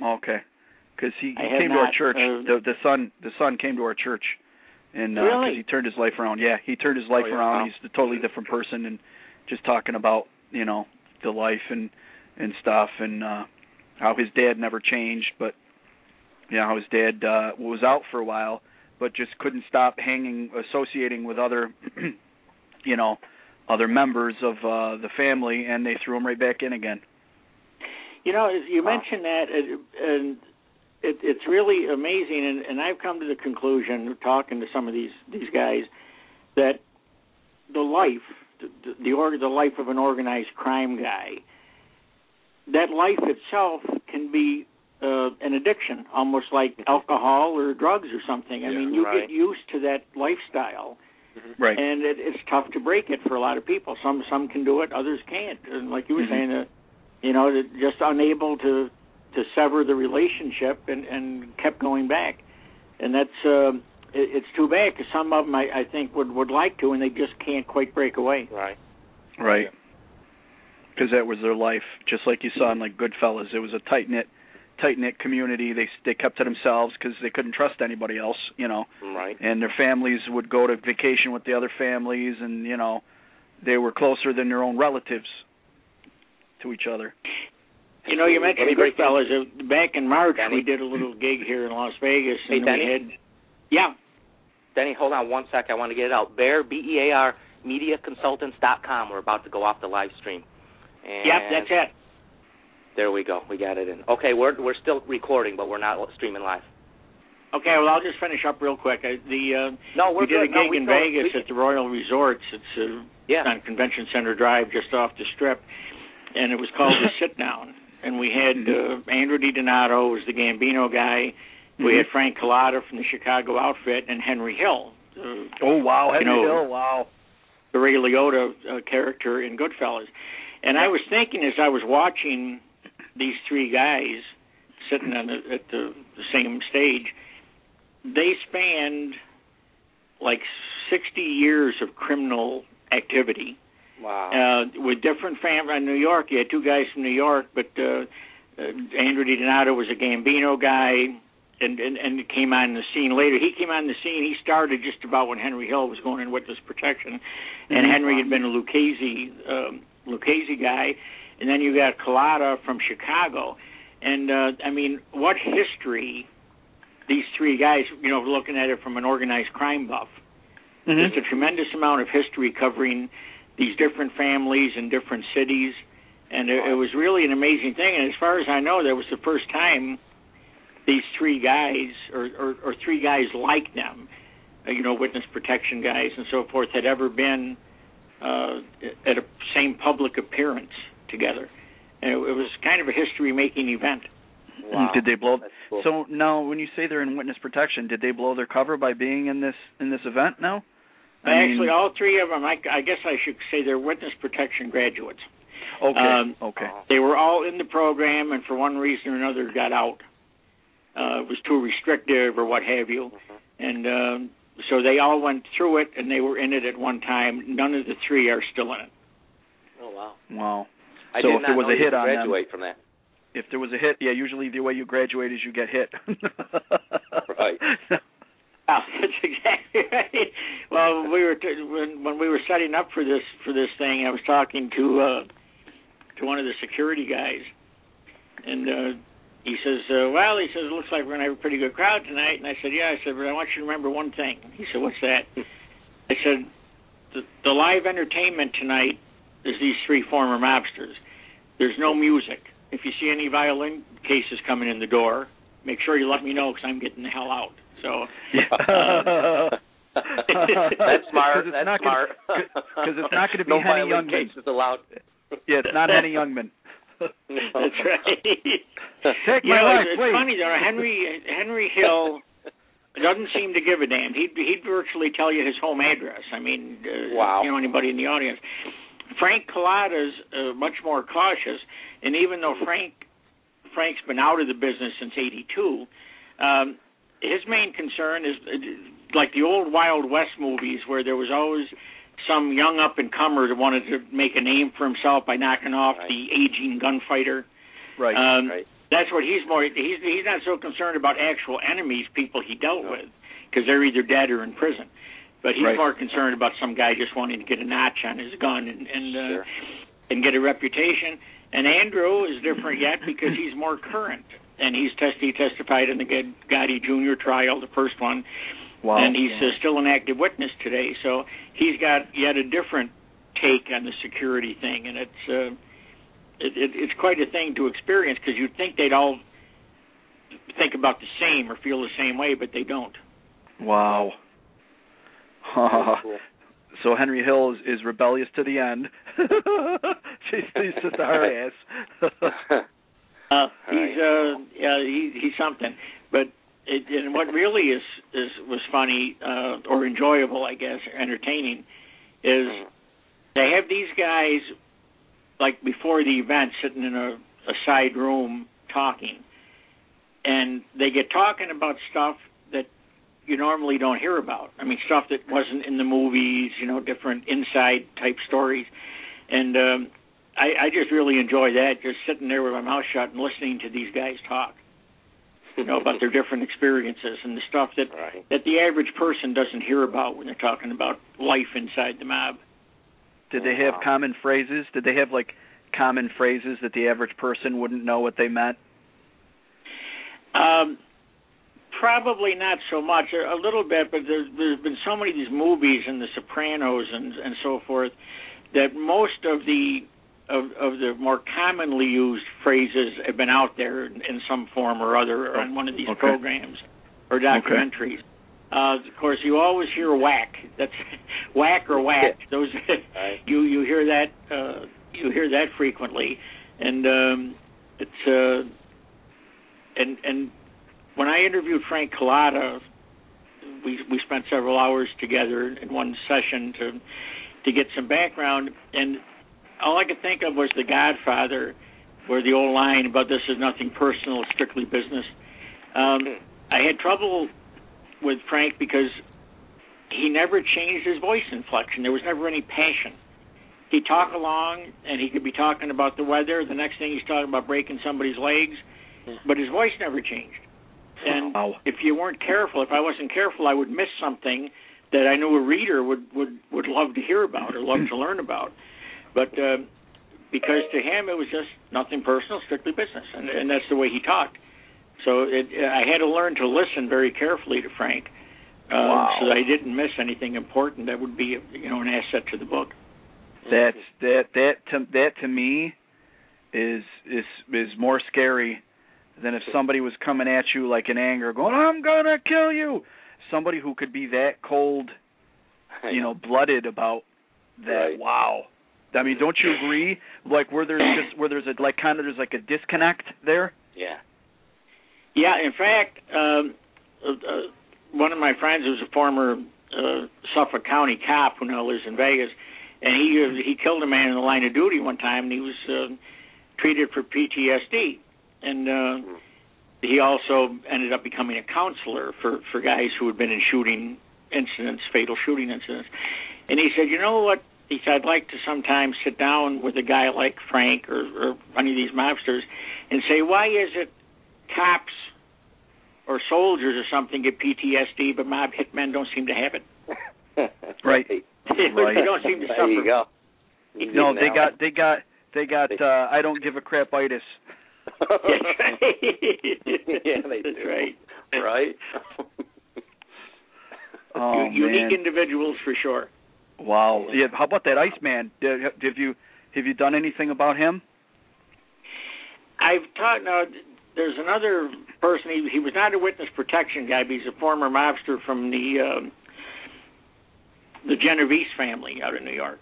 S6: Okay, because he,
S7: I
S6: he
S7: have
S6: came to our
S7: not,
S6: church.
S7: uh,
S6: the the son the son came to our church, and uh, 'cause
S7: Really?
S6: he turned his life around. Yeah, he turned his life
S3: Oh, yeah.
S6: around.
S3: Wow.
S6: He's a totally different person, and just talking about you know the life and and stuff, and uh how his dad never changed, but you know how his dad uh was out for a while, but just couldn't stop hanging, associating with other, you know, other members of uh the family, and they threw him right back in again.
S7: You know, as you mentioned that, it, and it, it's really amazing. And, and I've come to the conclusion, talking to some of these these guys, that the life, the the, org, the life of an organized crime guy, that life itself can be uh, an addiction, almost like alcohol or drugs or something. I
S3: Yeah,
S7: mean, you
S2: right.
S7: get used to that lifestyle
S3: Mm-hmm.
S6: Right.
S7: and it, it's tough to break it for a lot of people. Some some can do it, others can't. And like you were
S6: Mhm.
S2: Mm-hmm.
S7: saying, uh, you know, that just unable to to sever the relationship and and kept going back. And that's uh, it, it's too bad because some of them I, I think would would like to, and they just can't quite break away.
S2: Right.
S6: Right.
S3: Yeah.
S6: Because that was their life, just like you saw in like Goodfellas. It was a tight knit, tight knit community. They they kept to themselves because they couldn't trust anybody else, you know.
S2: Right.
S6: And their families would go to vacation with the other families, and you know, they were closer than their own relatives to each other.
S7: You know, you mentioned
S2: Let me break in.
S7: Goodfellas. Uh, Back in March,
S2: Danny.
S7: we did a little gig here in Las Vegas,
S2: Hey,
S7: and
S2: Danny?
S7: we had yeah.
S2: Denny, hold on one sec. I want to get it out. Bear B E A R Media com. We're about to go off the live stream. And
S7: Yep, that's it.
S2: There we go. We got it in. Okay, we're we're still recording, but we're not streaming live.
S7: Okay, well, I'll just finish up real quick. I, the uh,
S2: No, we're
S7: we did a
S2: good. No,
S7: gig
S2: we
S7: in
S2: still-
S7: Vegas
S2: we-
S7: at the Royal Resorts. It's uh,
S2: yeah.
S7: on Convention Center Drive, just off the Strip, and it was called the Sit Down. And we had uh, Andrew DiDonato was the Gambino guy. We
S6: Mm-hmm.
S7: had Frank Collada from the Chicago outfit, and Henry Hill, uh,
S6: Oh wow,
S7: You know-
S6: Hill, wow.
S7: the Ray Liotta uh, character in Goodfellas. And I was thinking as I was watching these three guys sitting on the, at the, the same stage, they spanned like 60 years of criminal activity
S2: Wow.
S7: uh, with different families in New York. You had two guys from New York, but uh, uh, Andrew DiDonato was a Gambino guy, and, and and came on the scene later. He came on the scene. He started just about when Henry Hill was going in witness protection, and
S6: Mm-hmm.
S7: Henry had been a Lucchese um, Lucchese guy, and then you got Collada from Chicago, and uh, I mean, what history? These three guys, you know, looking at it from an organized crime buff.
S6: Mm-hmm.
S7: There's a tremendous amount of history covering these different families in different cities, and it, it was really an amazing thing. And as far as I know, that was the first time these three guys, or, or, or three guys like them, uh, you know, witness protection guys and so forth, had ever been uh, at a same public appearance together. And it, it was kind of a history-making event.
S2: wow.
S6: Mm-hmm. Did they blow?
S2: That's cool. Oh,
S6: So now, when you say they're in witness protection, did they blow their cover by being in this in this event? Now, I mean-
S7: Actually, all three of them, I, I guess I should say, they're witness protection graduates.
S6: okay,
S7: um,
S6: okay.
S7: They were all in the program, and for one reason or another, got out. Uh, it was too restrictive, or what have you, and um, so they all went through it, and they were in it at one time. None of the three are still in it.
S2: oh wow.
S6: Wow.
S2: I
S6: So
S2: did
S6: if
S2: not
S6: there was
S2: know
S6: a
S2: you
S6: hit
S2: could
S6: on them-
S2: graduate from that.
S6: If there was a hit, yeah. Usually, the way you graduate is you get hit.
S2: Right.
S7: Oh, that's exactly right. Well, we were t- when when we were setting up for this for this thing, I was talking to uh to one of the security guys, and uh he says, uh, "Well, he says it looks like we're gonna have a pretty good crowd tonight." And I said, "Yeah." I said, "But I want you to remember one thing." He said, "What's that?" I said, "The, the live entertainment tonight is these three former mobsters. There's no music. If you see any violin cases coming in the door, make sure you let me know because I'm getting the hell out." So.
S6: Yeah.
S2: That's smart.
S6: Uh, 'Cause it's
S2: That's
S6: not gonna-
S2: smart.
S6: 'cause it's not gonna be
S2: no
S6: Henny
S2: violent
S6: Youngman.
S2: cases allowed.
S6: yeah, it's not any Youngman.
S7: That's right.
S6: Take
S7: you
S6: my
S7: know,
S6: life,
S7: it's,
S6: please.
S7: it's funny though. Henry Henry Hill doesn't seem to give a damn. He'd he'd virtually tell you his home address. I mean, uh,
S2: Wow.
S7: you know anybody in the audience. Frank Collada's uh, much more cautious, and even though Frank Frank's been out of the business since '82, um, his main concern is uh, like the old Wild West movies where there was always some young up and comer that wanted to make a name for himself by knocking off
S2: Right.
S7: the aging gunfighter.
S6: Right.
S7: Um,
S2: right.
S7: That's what he's more. He's he's not so concerned about actual enemies, people he dealt with, because they're either dead or in prison. But he's
S6: Right.
S7: more concerned about some guy just wanting to get a notch on his gun and and uh,
S2: Sure.
S7: and get a reputation. And Andrew is different yet because he's more current, and he's test he testified in the Gad- Gotti Jr. trial, the first one,
S6: wow.
S7: and he's uh, still an active witness today. So he's got yet a different take on the security thing, and it's uh, it, it, it's quite a thing to experience because you'd think they'd all think about the same or feel the same way, but they don't.
S6: wow.
S2: Very cool.
S6: So Henry Hill is, is rebellious to the end. she's, she's just a hard ass.
S7: Uh,
S2: All right.
S7: he's uh, yeah, he, he's something. But it, and what really is is was funny uh, or enjoyable, I guess, or entertaining, is they have these guys like before the event sitting in a, a side room talking, and they get talking about stuff that you normally don't hear about. I mean, stuff that wasn't in the movies, you know, different inside type stories, and. um I, I just really enjoy that, just sitting there with my mouth shut and listening to these guys talk. you know, about their different experiences and the stuff that
S2: Right.
S7: that the average person doesn't hear about when they're talking about life inside the mob.
S6: Did they have common phrases? Did they have like common phrases that the average person wouldn't know what they meant?
S7: Um, probably not so much, a, a little bit, but there's, there's been so many of these movies and The Sopranos and and so forth that most of the of, of the more commonly used phrases have been out there in, in some form or other or on one of these
S6: Okay.
S7: programs or documentaries. Uh, of course, you always hear whack. That's whack or whack. Those
S2: Right.
S7: you you hear that uh, you hear that frequently, and um, it's uh, and and when I interviewed Frank Collada, we we spent several hours together in one session to to get some background, and all I could think of was The Godfather, where the old line about this is nothing personal, it's strictly business. Um, I had trouble with Frank because he never changed his voice inflection. There was never any passion. He'd talk along, and he could be talking about the weather. The next thing he's talking about breaking somebody's legs, but his voice never changed. And
S6: Wow.
S7: if you weren't careful, if I wasn't careful, I would miss something that I knew a reader would would would love to hear about or love to learn about. But uh, because to him it was just nothing personal, strictly business, and and that's the way he talked. So it, I had to learn to listen very carefully to Frank, uh,
S6: Wow.
S7: so that I didn't miss anything important that would be you know an asset to the book.
S6: That's that that to that to me is is is more scary than if somebody was coming at you like in anger going I'm going to kill you. Somebody who could be that cold, you know, blooded about that.
S2: Right.
S6: Wow. I mean, don't you agree? Like where there's just where there's a like kind of there's like a disconnect there.
S2: Yeah.
S7: Yeah, in fact, um, uh, uh, one of my friends who's a former uh, Suffolk County cop who now lives in Vegas, and he uh, he killed a man in the line of duty one time, and he was uh, treated for PTSD, and uh, he also ended up becoming a counselor for for guys who had been in shooting incidents, fatal shooting incidents, and he said, you know what? He said, I'd like to sometime sit down with a guy like Frank or, or any of these mobsters and say, why is it cops or soldiers or something get PTSD, but mob hitmen don't seem to have it.
S6: Right.
S7: they don't seem to
S2: there
S7: suffer.
S2: you go.
S6: No, they got they got they got uh I don't give a crap itis.
S7: That's right.
S2: yeah, they
S7: That's
S2: do.
S7: right.
S2: Right.
S6: Oh
S7: U-
S6: man.
S7: unique individuals for sure.
S6: Wow. Yeah, how about that Iceman? Did, have you have you done anything about him?
S7: I've taught. Now, there's another person. He, he was not a witness protection guy, but he's a former mobster from the um, the Genovese family out of New York,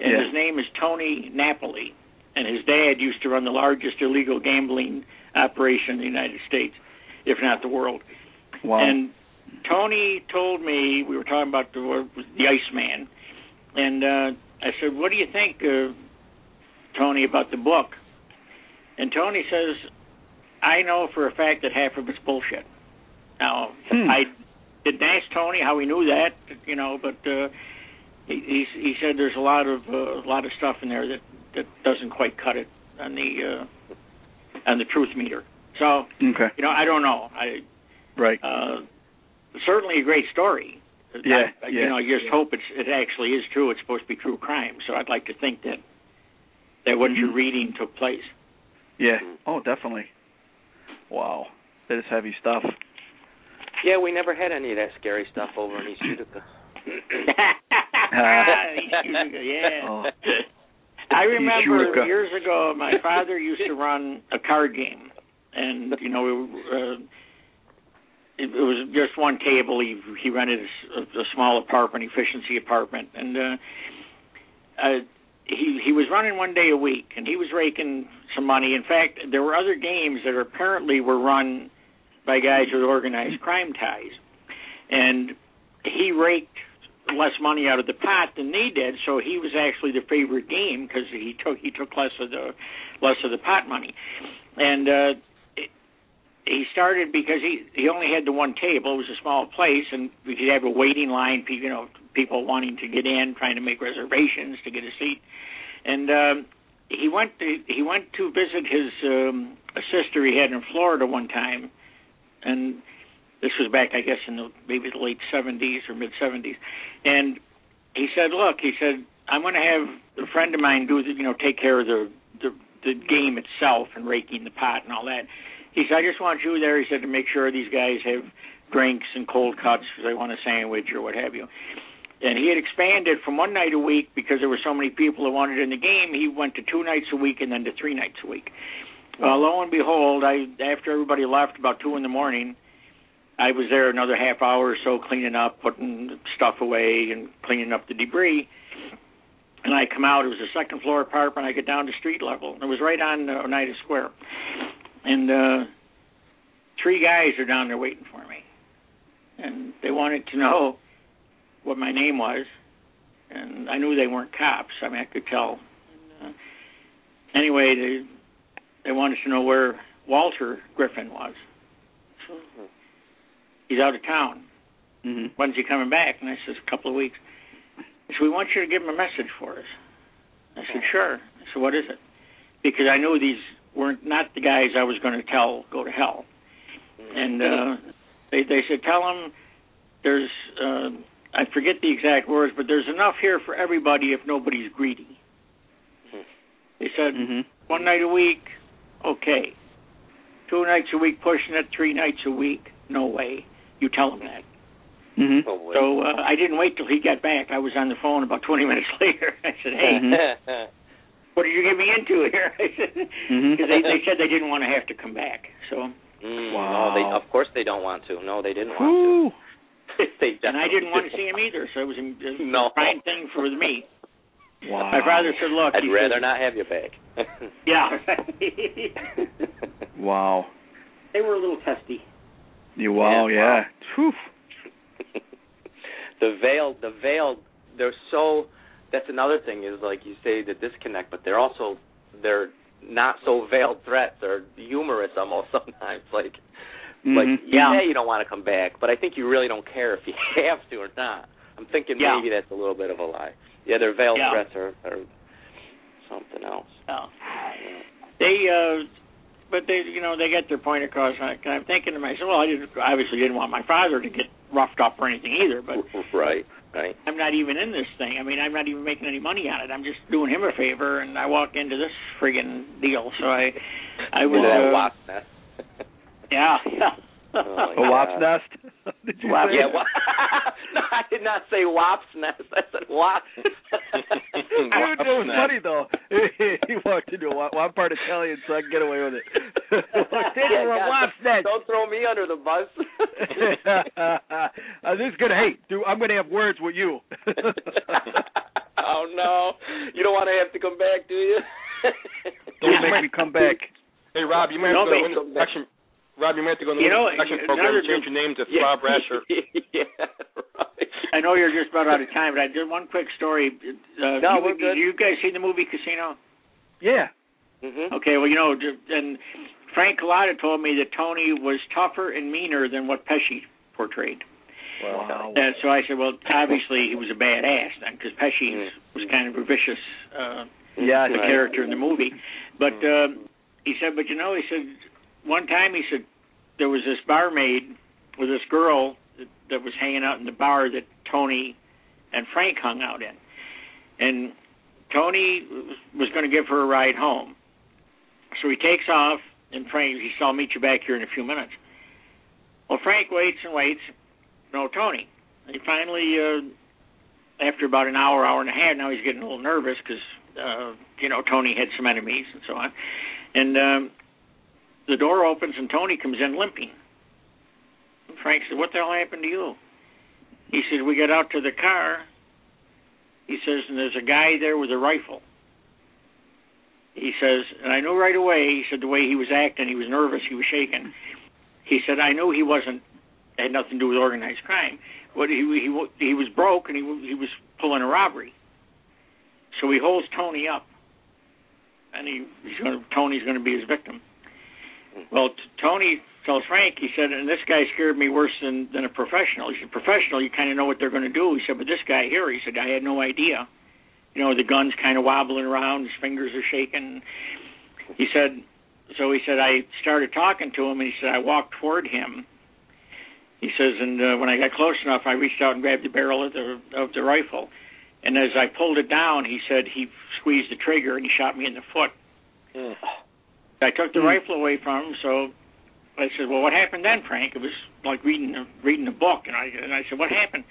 S7: and
S6: Yeah.
S7: his name is Tony Napoli, and his dad used to run the largest illegal gambling operation in the United States, if not the world.
S6: Wow.
S7: And Tony told me we were talking about the the Iceman, and uh, I said, "What do you think, uh, Tony, about the book?" And Tony says, "I know for a fact that half of it's bullshit." Now,
S6: Hmm.
S7: I didn't ask Tony how he knew that, you know, but uh, he he, he said there's a lot of uh, a lot of stuff in there that that doesn't quite cut it on the uh, on the truth meter. So,
S6: okay.
S7: you know, I don't know. I
S6: Right.
S7: uh, certainly a great story.
S6: Yeah,
S7: I, I-
S6: yeah.
S7: You know, I just hope it's it actually is true. It's supposed to be true crime, so I'd like to think that that what you're
S6: Mhm.
S7: reading took place.
S6: Yeah. Oh, definitely. Wow. That is heavy stuff.
S7: Mm-hmm.
S2: yeah, we never had any of that scary stuff over in East Utica.
S7: yeah.
S6: Oh.
S7: I remember
S6: Utica.
S7: years ago, my father used to run a card game, and you know, uh, it, it was just one table. He he rented a s- a, a small apartment, efficiency apartment, and uh, uh, he he was running one day a week, and he was raking some money. In fact, there were other games that apparently were run by guys with organized crime ties, and he raked less money out of the pot than they did, so he was actually the favorite game because he took he took less of the less of the pot money, and uh, it- he started because he he only had the one table. It was a small place, and we could have a waiting line. pe- You know, people wanting to get in, trying to make reservations to get a seat, and um, he went to he went to visit his um, a sister he had in Florida one time and this was back, I guess, in the maybe the late '70s or mid '70s, and he said, "Look," he said, "I'm going to have a friend of mine do, the, you know, take care of the, the the game itself and raking the pot and all that." He said, "I just want you there," he said, "to make sure these guys have drinks and cold cuts because they want a sandwich or what have you." And he had expanded from one night a week because there were so many people that wanted in the game. He went to two nights a week and then to three nights a week. Well, lo and behold, I after everybody left about two in the morning, I was there another half hour or so cleaning up, putting stuff away and cleaning up the debris. And I come out, it was a second floor apartment, I get down to street level. And it was right on uh, Oneida Square. And uh three guys are down there waiting for me. And they wanted to know what my name was. And I knew they weren't cops. I mean, I could tell. And, uh, anyway, they they wanted to know where Walter Griffin was. So he's out of town.
S6: Mhm.
S7: When's he coming back? And I says, a couple of weeks. He said, we want you to give him a message for us. I said, sure. I said, what is it? Because I knew these weren't not the guys I was going to tell go to hell. And uh, they they said, tell him there's uh, I forget the exact words, but there's enough here for everybody if nobody's greedy. They said
S6: Mhm.
S7: one night a week, okay. Two nights a week, pushing it. Three nights a week, no way. You tell him that.
S6: Mhm.
S2: Oh, wait.
S7: So uh, I didn't wait till he got back. I was on the phone about 20 minutes later. I said, "Hey,
S6: Mhm.
S2: Mm-hmm.
S7: what did you get me into here?" I said,
S6: Mhm.
S7: because they, they said they didn't want to have to come back. So,
S2: Mm, No,
S6: Wow.
S2: they of course they don't want to. No, they didn't want
S6: Whew.
S2: to. they definitely
S7: and I didn't want to see him either. So it was a, it was
S2: No.
S7: a fine thing for me.
S6: Wow.
S7: My father said, "Look,
S2: I'd
S7: he
S2: rather
S7: said,
S2: not have your back.
S7: Yeah,
S6: Wow.
S7: they were a little testy.
S6: You wow,
S2: Yeah,
S6: yeah.
S2: wow.
S6: Whew.
S2: the veil, the veil. They're so. That's another thing is like you say the disconnect, but they're also they're not so veiled threats. They're humorous almost sometimes. Like like
S7: Mm-hmm.
S6: Mhm.
S2: yeah, you don't want to come back, but I think you really don't care if you have to or not. I'm thinking
S7: Yeah.
S2: maybe that's a little bit of a lie. Yeah, their veiled
S7: Yeah.
S2: threats are, are something else.
S7: Oh. They, uh, but they, you know, they get their point across. And I'm thinking to myself, well, I didn't, obviously didn't want my father to get roughed up or anything either. But
S2: right, right.
S7: I'm not even in this thing. I mean, I'm not even making any money on it. I'm just doing him a favor, and I walk into this friggin' deal. So I, I was,
S2: That
S7: uh,
S2: wasp nest.
S7: yeah, yeah.
S2: Oh,
S6: A wasp nest. Did you
S7: Wasp-
S6: say?
S2: yeah, wa- no, I did not say wasp's nest. I said wasp.
S6: Dude, that was funny though. he walked into a wa- well, I'm part Italian, so I can get away with it. walked into
S2: Yeah,
S6: a
S2: God,
S6: wasp nest.
S2: Don't throw me under the bus.
S6: uh, this is gonna hey, dude. I'm gonna have words with you.
S2: oh no, you don't want to have to come back, do you?
S6: Don't make me come back.
S3: Hey Rob, you might have to
S7: Nobody-
S3: go in the section. Rob, you might have to go in the
S7: You know,
S3: section program
S7: another
S3: and change your name to
S2: yeah.
S3: Rob Rasher.
S2: yeah, right.
S7: I know you're just about out of time, but I did one quick story. Uh,
S2: No,
S7: you,
S2: we're good.
S7: Did you guys see the movie Casino?
S6: Yeah.
S2: Mm-hmm.
S7: Okay, well, you know, ju- and Frank Collada told me that Tony was tougher and meaner than what Pesci portrayed.
S6: Wow.
S7: Uh, so I said, well, obviously he was a badass then, because Pesci
S2: Mm.
S7: was kind of a vicious uh,
S6: Yeah.
S7: the character in the movie. But um, he said, but you know, he said one time he said there was this barmaid with this girl that, that was hanging out in the bar that Tony and Frank hung out in, and Tony was going to give her a ride home. So he takes off, and Frank he said, "I'll meet you back here in a few minutes." Well, Frank waits and waits. No, Tony. And he finally, uh, after about an hour, hour and a half, now he's getting a little nervous because uh, you know Tony had some enemies and so on. And um, the door opens and Tony comes in limping. And Frank said, "What the hell happened to you?" He says, "We got out to the car." He says, "And there's a guy there with a rifle." He says, and I knew right away. He said the way he was acting, he was nervous, he was shaking. He said, I knew he wasn't had nothing to do with organized crime. What he he wa- he was broke and he wa- he was pulling a robbery. So he holds Tony up, and he he's gonna, Tony's going to be his victim. Well, t- Tony tells Frank, he said, and this guy scared me worse than than a professional. He said, professional, you kind of know what they're going to do. He said, but this guy here, he said, I had no idea. You know, the gun's kind of wobbling around, his fingers are shaking. He said, so he said I started talking to him, and he said I walked toward him. He says, and uh, when I got close enough, I reached out and grabbed the barrel of the of the rifle, and as I pulled it down, he said he squeezed the trigger and he shot me in the foot.
S3: Mm.
S7: I took the rifle away from him, so I said, "Well, what happened then, Frank?" It was like reading a, reading a book, and I and I said, "What happened?"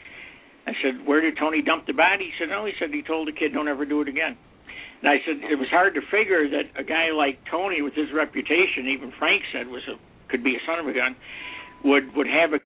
S7: I said, "Where did Tony dump the body?" He said, "No." He said he told the kid, "Don't ever do it again." And I said it was hard to figure that a guy like Tony, with his reputation, even Frank said was a could be a son of a gun, would would have a